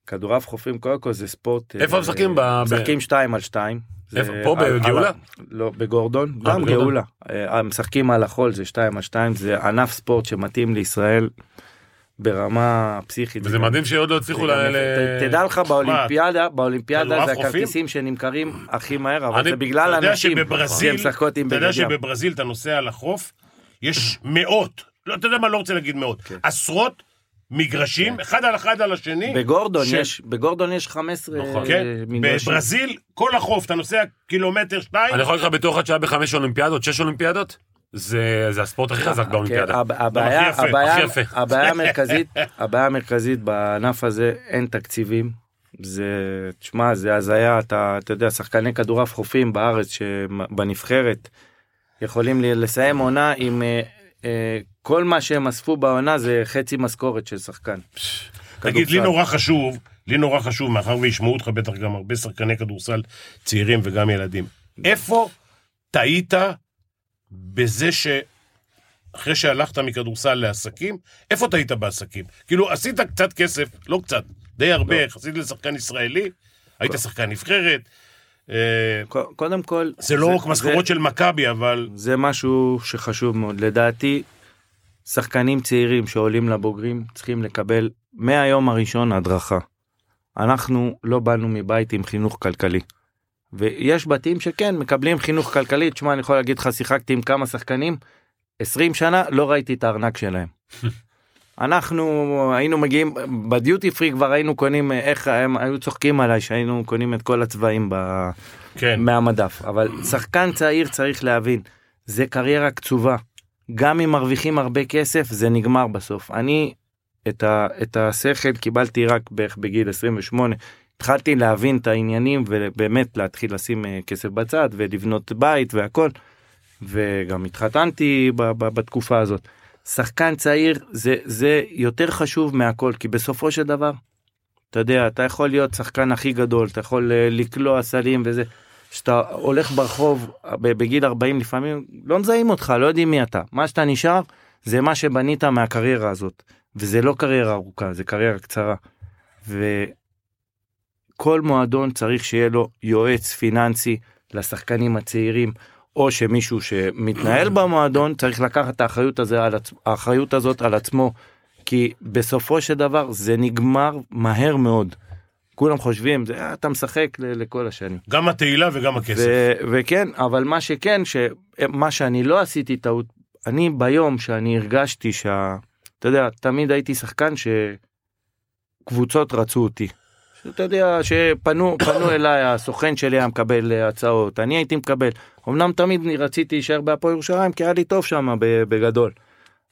Speaker 3: כדורעף חופים קודם כל זה ספורט.
Speaker 1: איפה
Speaker 3: אה,
Speaker 1: משחקים? ב-
Speaker 3: משחקים 2 על 2.
Speaker 1: איפה? פה, בגאולה?
Speaker 3: לא, בגורדון,
Speaker 1: אה,
Speaker 3: גם
Speaker 1: בגורדון.
Speaker 3: גאולה. אה, משחקים על החול זה 2 על 2, זה ענף ספורט שמתאים לישראל ברמה פסיכית.
Speaker 1: וזה מדהים שעוד לא הצליחו
Speaker 3: זה גם
Speaker 1: ל-
Speaker 3: יפה. ת-
Speaker 1: ל...
Speaker 3: תדע לך באולימפיאדה, באולימפיאדה
Speaker 2: כדורעף
Speaker 3: זה
Speaker 2: חופים?
Speaker 3: הכרטיסים שנמכרים הכי מהר, אבל
Speaker 1: אני-
Speaker 3: זה בגלל
Speaker 2: אתה יודע
Speaker 3: הנשים, כי
Speaker 2: שבברזיל,
Speaker 3: הן משחקות עם
Speaker 2: אתה יודע
Speaker 3: בגדים.
Speaker 2: שבברזיל אתה נוסע על החוף, יש מאות, לא, אתה יודע מה, לא רוצה להגיד מאות,
Speaker 3: כן.
Speaker 2: עשרות מגרשים, אחד על אחד על השני.
Speaker 3: בגורדון
Speaker 2: ש-
Speaker 3: יש, בגורדון יש 15
Speaker 1: נכון.
Speaker 3: אה,
Speaker 2: כן,
Speaker 3: מגרשים.
Speaker 2: בברזיל, כל החוף, אתה נוסע קילומטר שתיים,
Speaker 1: אני יכול להגיד לך בתור אחד שהיה בחמש אולימפיאדות, שש אולימפיאדות? זה זה הספורט הכי חזק באולימפיאדה.
Speaker 3: כן, הב- הבעיה-
Speaker 2: לא, הכי יפה,
Speaker 3: הבעיה-
Speaker 1: הכי יפה.
Speaker 3: הבעיה המרכזית, הבעיה המרכזית בענף הזה, אין תקציבים. זה, תשמע, זה הזיה, אתה, אתה יודע, שחקני כדורעף חופים בארץ, שבנבחרת, יכולים ל- לסיים עונה עם אה, אה, כל מה שהם אספו בעונה זה חצי משכורת של שחקן.
Speaker 2: תגיד, לי
Speaker 3: כדורסל.
Speaker 2: נורא חשוב, לי נורא חשוב, מאחר וישמעו אותך בטח גם הרבה שחקני כדורסל צעירים וגם ילדים. איפה טעית בזה ש... אחרי שהלכת מכדורסל לעסקים, איפה טעית בעסקים? כאילו, עשית קצת כסף, לא קצת, די הרבה,
Speaker 3: לא.
Speaker 2: יחסית לשחקן ישראלי, היית שחקן נבחרת. אה,
Speaker 3: ק- קודם כל...
Speaker 2: זה לא רק משכורות
Speaker 3: זה-
Speaker 2: של מכבי, אבל...
Speaker 3: זה משהו שחשוב מאוד. לדעתי, שחקנים צעירים שעולים לבוגרים צריכים לקבל מהיום הראשון הדרכה. אנחנו לא באנו מבית עם חינוך כלכלי. ויש בתים שכן מקבלים חינוך כלכלי. תשמע, אני יכול להגיד לך, שיחקתי עם כמה שחקנים, 20 שנה לא ראיתי את הארנק שלהם. אנחנו היינו מגיעים בדיוטי פרי כבר היינו קונים איך הם היו צוחקים עליי שהיינו קונים את כל הצבעים ב...
Speaker 2: כן.
Speaker 3: מהמדף אבל שחקן צעיר צריך להבין זה קריירה קצובה גם אם מרוויחים הרבה כסף זה נגמר בסוף אני את, ה, את השכל קיבלתי רק בערך בגיל 28 התחלתי להבין את העניינים ובאמת להתחיל לשים אה, כסף בצד ולבנות בית והכל וגם התחתנתי ב, ב, בתקופה הזאת. שחקן צעיר זה זה יותר חשוב מהכל כי בסופו של דבר. אתה יודע אתה יכול להיות שחקן הכי גדול אתה יכול אה, לקלוע סלים וזה. כשאתה הולך ברחוב ב- בגיל 40 לפעמים לא מזהים אותך לא יודעים מי אתה מה שאתה נשאר זה מה שבנית מהקריירה הזאת וזה לא קריירה ארוכה זה קריירה קצרה. וכל מועדון צריך שיהיה לו יועץ פיננסי לשחקנים הצעירים או שמישהו שמתנהל במועדון צריך לקחת את האחריות, הזה על עצ... האחריות הזאת על עצמו כי בסופו של דבר זה נגמר מהר מאוד. כולם חושבים זה "אה, אתה משחק ל- לכל השנים.
Speaker 2: גם התהילה וגם הכסף.
Speaker 3: ו- וכן אבל מה שכן שמה שאני לא עשיתי טעות אני ביום שאני הרגשתי שה... אתה יודע תמיד הייתי שחקן שקבוצות רצו אותי. אתה יודע שפנו פנו אליי הסוכן שלי היה מקבל אה, הצעות אני הייתי מקבל אמנם תמיד אני רציתי להישאר בהפועל ירושלים כי היה לי טוב שם בגדול.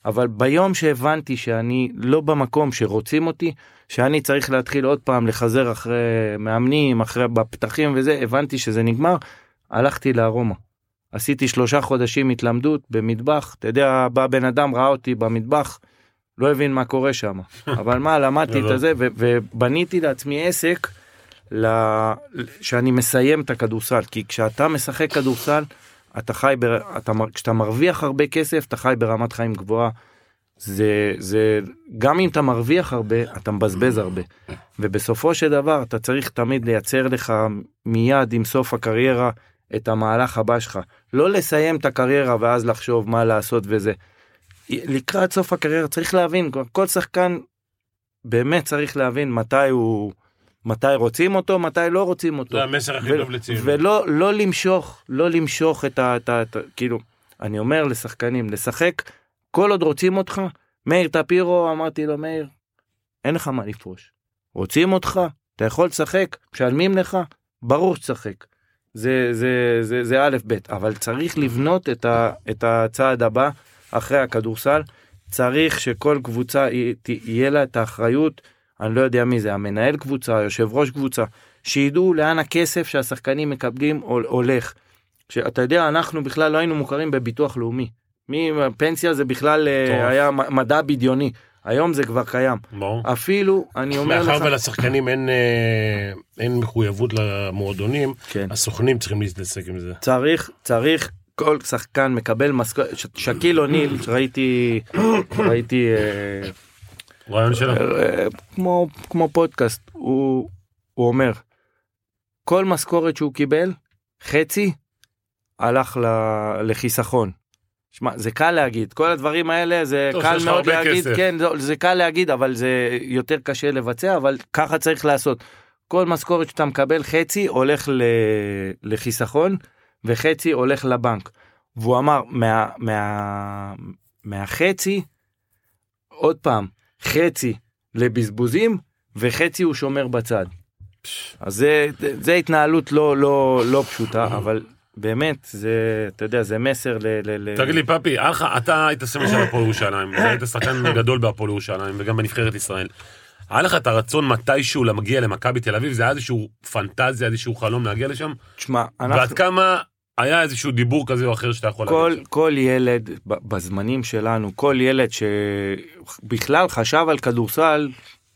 Speaker 3: אבל ביום שהבנתי שאני לא במקום שרוצים אותי שאני צריך להתחיל עוד פעם לחזר אחרי מאמנים אחרי בפתחים וזה הבנתי שזה נגמר הלכתי לארומה. עשיתי שלושה חודשים התלמדות במטבח אתה יודע בא בן אדם ראה אותי במטבח לא הבין מה קורה שם אבל מה למדתי את
Speaker 1: גדול.
Speaker 3: זה ו- ובניתי לעצמי עסק ל- שאני מסיים את הכדורסל כי כשאתה משחק כדורסל אתה חי בר... אתה מר- כשאתה מרוויח הרבה כסף אתה חי ברמת חיים גבוהה. זה זה גם אם אתה מרוויח הרבה אתה מבזבז הרבה ובסופו של דבר אתה צריך תמיד לייצר לך מיד עם סוף הקריירה את המהלך הבא שלך לא לסיים את הקריירה ואז לחשוב מה לעשות וזה. לקראת סוף הקריירה צריך להבין כל שחקן באמת צריך להבין מתי הוא מתי רוצים אותו מתי לא רוצים אותו.
Speaker 2: זה המסר הכי
Speaker 3: ו-
Speaker 2: טוב לצעירים.
Speaker 3: ולא לא למשוך לא למשוך את ה... את ה- את ה- כאילו אני אומר לשחקנים לשחק כל עוד רוצים אותך מאיר טפירו אמרתי לו מאיר אין לך מה לפרוש רוצים אותך אתה יכול לשחק משלמים לך ברור שתשחק. זה זה זה זה א' ב' אבל צריך לבנות את, ה, את הצעד הבא אחרי הכדורסל צריך שכל קבוצה יה- ת- יהיה לה את האחריות אני לא יודע מי זה המנהל קבוצה יושב ראש קבוצה שידעו לאן הכסף שהשחקנים מקבלים הול- הולך. שאתה יודע אנחנו בכלל לא היינו מוכרים בביטוח לאומי. מי פנסיה זה בכלל אה,
Speaker 1: מטורף.
Speaker 3: היה מ- מדע בדיוני היום זה כבר קיים
Speaker 1: ברור.
Speaker 3: אפילו אני אומר לך
Speaker 2: מאחר ולשחקנים אין, אה, אין מחויבות למועדונים,
Speaker 3: כן.
Speaker 2: הסוכנים צריכים להתעסק עם זה.
Speaker 3: צריך צריך כל שחקן מקבל משכורת ש- שקיל אוניל ראיתי ראיתי אה,
Speaker 1: רעיון שלו.
Speaker 3: אה, כמו כמו פודקאסט הוא הוא אומר כל משכורת שהוא קיבל חצי הלך ל- לחיסכון. שמע זה קל להגיד כל הדברים האלה זה
Speaker 1: טוב,
Speaker 3: קל
Speaker 1: שיש לך
Speaker 3: מאוד
Speaker 1: הרבה
Speaker 3: להגיד
Speaker 1: כסף.
Speaker 3: כן זה, זה קל להגיד אבל זה יותר קשה לבצע אבל ככה צריך לעשות. כל משכורת שאתה מקבל חצי הולך ל, לחיסכון וחצי הולך לבנק. והוא אמר מה, מה, מהחצי עוד פעם חצי לבזבוזים וחצי הוא שומר בצד. אז זה, זה התנהלות לא לא לא פשוטה אבל באמת זה אתה יודע זה מסר ל... ל, ל
Speaker 1: תגיד לי, פאפי, היה לך- אתה היית סמל של הפועל ירושלים, היית שחקן גדול בהפועל ירושלים וגם בנבחרת ישראל. היה לך את הרצון מתישהו להגיע למכבי תל אביב? זה היה איזשהו פנטזיה, איזשהו חלום להגיע לשם?
Speaker 3: תשמע
Speaker 1: ועד
Speaker 3: אנחנו
Speaker 1: כמה היה איזשהו דיבור כזה או אחר שאתה יכול להגיד?
Speaker 3: כל
Speaker 1: שם?
Speaker 3: כל ילד ב- בזמנים שלנו כל ילד שבכלל חשב על כדורסל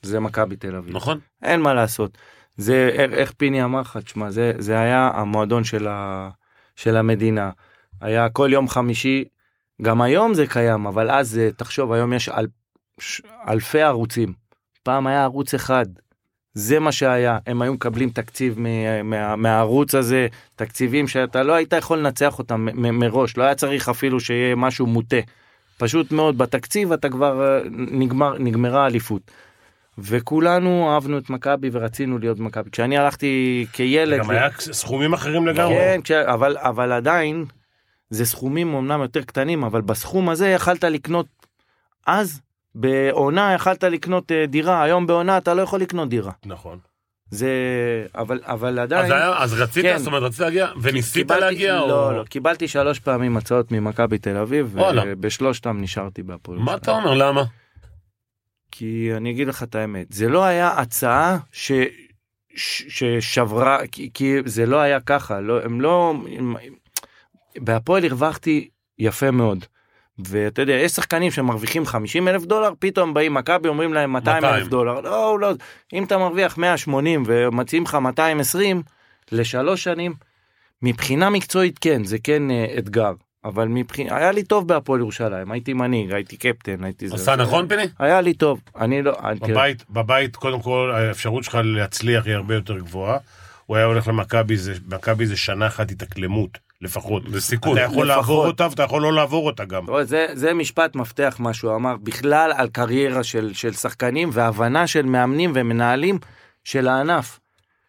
Speaker 3: זה מכבי תל אביב.
Speaker 1: נכון?
Speaker 3: אין מה לעשות. זה איך, איך פיני אמר לך, תשמע, זה, זה היה המועדון של, ה, של המדינה. היה כל יום חמישי, גם היום זה קיים, אבל אז אה, תחשוב, היום יש אל, ש, אלפי ערוצים. פעם היה ערוץ אחד, זה מה שהיה, הם היו מקבלים תקציב מה, מה, מהערוץ הזה, תקציבים שאתה לא היית יכול לנצח אותם מ- מ- מראש, לא היה צריך אפילו שיהיה משהו מוטה. פשוט מאוד, בתקציב אתה כבר, אה, נגמר, נגמרה האליפות. וכולנו אהבנו את מכבי ורצינו להיות מכבי. כשאני הלכתי כילד...
Speaker 2: גם
Speaker 3: ל-
Speaker 2: היה סכומים אחרים
Speaker 1: לא.
Speaker 2: לגמרי.
Speaker 3: כן, כש- אבל, אבל עדיין, זה סכומים אמנם יותר קטנים, אבל בסכום הזה יכלת לקנות, אז בעונה יכלת לקנות אה, דירה, היום בעונה אתה לא יכול לקנות דירה.
Speaker 2: נכון.
Speaker 3: זה, אבל, אבל
Speaker 1: אז
Speaker 3: עדיין...
Speaker 1: היה- אז רצית,
Speaker 3: כן.
Speaker 1: זאת אומרת, רצית להגיע, וניסית
Speaker 3: קיבלתי-
Speaker 1: להגיע? או-
Speaker 3: לא, לא, קיבלתי שלוש פעמים הצעות ממכבי תל אביב,
Speaker 1: וואלה.
Speaker 3: ובשלושתם נשארתי בהפועל.
Speaker 1: מה
Speaker 3: ירושלים.
Speaker 1: אתה אומר, למה?
Speaker 3: כן. כי אני אגיד לך את האמת, זה לא היה הצעה ש... ש... ששברה, כי... כי זה לא היה ככה, לא, הם לא... הם... בהפועל הרווחתי יפה מאוד. ואתה יודע, יש שחקנים שמרוויחים 50 אלף דולר, פתאום באים מכבי אומרים להם 200 אלף
Speaker 1: 200.
Speaker 3: דולר. לא, הוא לא, אם אתה מרוויח 180 ומציעים לך 220 לשלוש שנים, מבחינה מקצועית כן, זה כן אה, אתגר. אבל מבחינה, היה לי טוב בהפועל ירושלים, הייתי מנהיג, הייתי קפטן, הייתי זה.
Speaker 1: עשה נכון, פיני?
Speaker 3: היה לי טוב, אני לא... תראה,
Speaker 2: בבית, בבית, קודם כל, האפשרות שלך להצליח היא הרבה יותר גבוהה. הוא היה הולך למכבי, זה- מכבי זה שנה אחת התאקלמות, לפחות.
Speaker 1: זה סיכון.
Speaker 2: אתה יכול
Speaker 3: לפחות.
Speaker 2: לעבור אותה ואתה יכול לא לעבור אותה גם.
Speaker 3: אתה רואה, זה, זה משפט מפתח מה שהוא אמר בכלל על קריירה של, של שחקנים והבנה של מאמנים ומנהלים של הענף.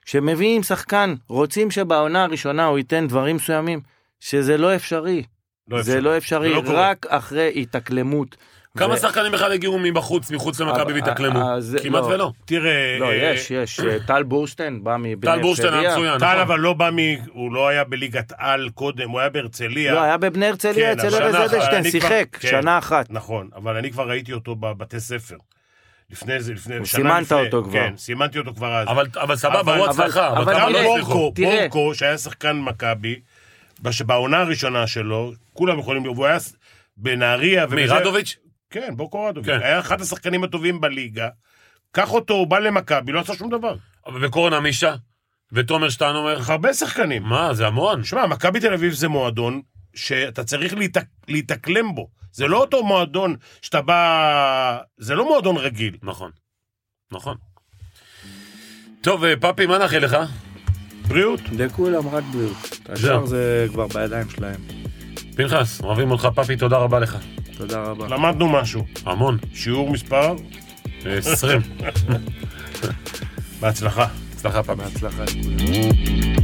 Speaker 3: שמביאים שחקן, רוצים שבעונה הראשונה הוא ייתן דברים מסוימים, שזה לא אפשרי.
Speaker 2: לא
Speaker 3: זה לא אפשרי,
Speaker 2: זה לא קורה.
Speaker 3: רק אחרי התאקלמות.
Speaker 1: כמה
Speaker 3: ו-
Speaker 1: שחקנים בכלל הגיעו מבחוץ, מחוץ למכבי
Speaker 3: אה,
Speaker 1: והתאקלמו?
Speaker 3: אה, זה-
Speaker 1: כמעט
Speaker 3: לא.
Speaker 1: ולא.
Speaker 2: תראה,
Speaker 3: לא,
Speaker 2: אה,
Speaker 3: יש, יש. אה, טל בורשטיין בא מבני
Speaker 1: טל בורשטיין היה
Speaker 3: הרצליה.
Speaker 1: מצוין.
Speaker 2: טל
Speaker 1: נכון.
Speaker 2: אבל לא בא מ... הוא לא היה בליגת על קודם, הוא היה בהרצליה.
Speaker 3: לא, היה בבני הרצליה,
Speaker 2: כן,
Speaker 3: אצל
Speaker 2: אבל שנה
Speaker 3: ארז
Speaker 2: אחת,
Speaker 3: אדלשטיין,
Speaker 2: אני כבר-
Speaker 3: שיחק,
Speaker 2: כן.
Speaker 3: שנה אחת.
Speaker 2: נכון, אבל אני כבר ראיתי אותו בבתי ספר. לפני זה, לפני...
Speaker 3: הוא
Speaker 2: שנה
Speaker 3: סימנת
Speaker 2: לפני,
Speaker 3: אותו כבר.
Speaker 2: כן, סימנתי אותו כבר אז.
Speaker 1: אבל אבל סבבה,
Speaker 2: אבל-
Speaker 1: הוא
Speaker 3: אבל-
Speaker 1: הצלחה. אבל
Speaker 3: אבל
Speaker 1: כמה
Speaker 2: גם
Speaker 1: לא
Speaker 3: תראה,
Speaker 1: הצליחו?
Speaker 2: בורקו,
Speaker 3: תראה.
Speaker 2: בורקו, שהיה שחקן מכבי, בש- בעונה הראשונה שלו, כולם יכולים לראות, והוא היה ס- בנהריה.
Speaker 1: מי,
Speaker 2: ובזה-
Speaker 1: רדוביץ'?
Speaker 2: כן, בורקו רדוביץ'.
Speaker 1: כן.
Speaker 2: היה אחד השחקנים הטובים בליגה. קח אותו, הוא בא למכבי, לא עשה שום דבר.
Speaker 1: וקורנה מישה? ותומר שטיינומר?
Speaker 2: הרבה שחקנים.
Speaker 1: מה, זה המון.
Speaker 2: שמע, מכבי תל אביב זה מועדון שאתה צריך להתאק- להתאקלם בו. זה לא אותו מועדון שאתה בא... זה לא מועדון רגיל.
Speaker 1: נכון. נכון. טוב, אה, פאפי, מה נאחל לך?
Speaker 2: בריאות.
Speaker 3: לכולם רק בריאות. השאר זה כבר בידיים שלהם.
Speaker 1: פנחס, אוהבים אותך, פאפי, תודה רבה לך.
Speaker 3: תודה רבה.
Speaker 2: למדנו משהו.
Speaker 1: המון.
Speaker 2: שיעור מספר,
Speaker 1: אה, 20.
Speaker 2: בהצלחה.
Speaker 1: הצלחה, פאפי.
Speaker 3: בהצלחה.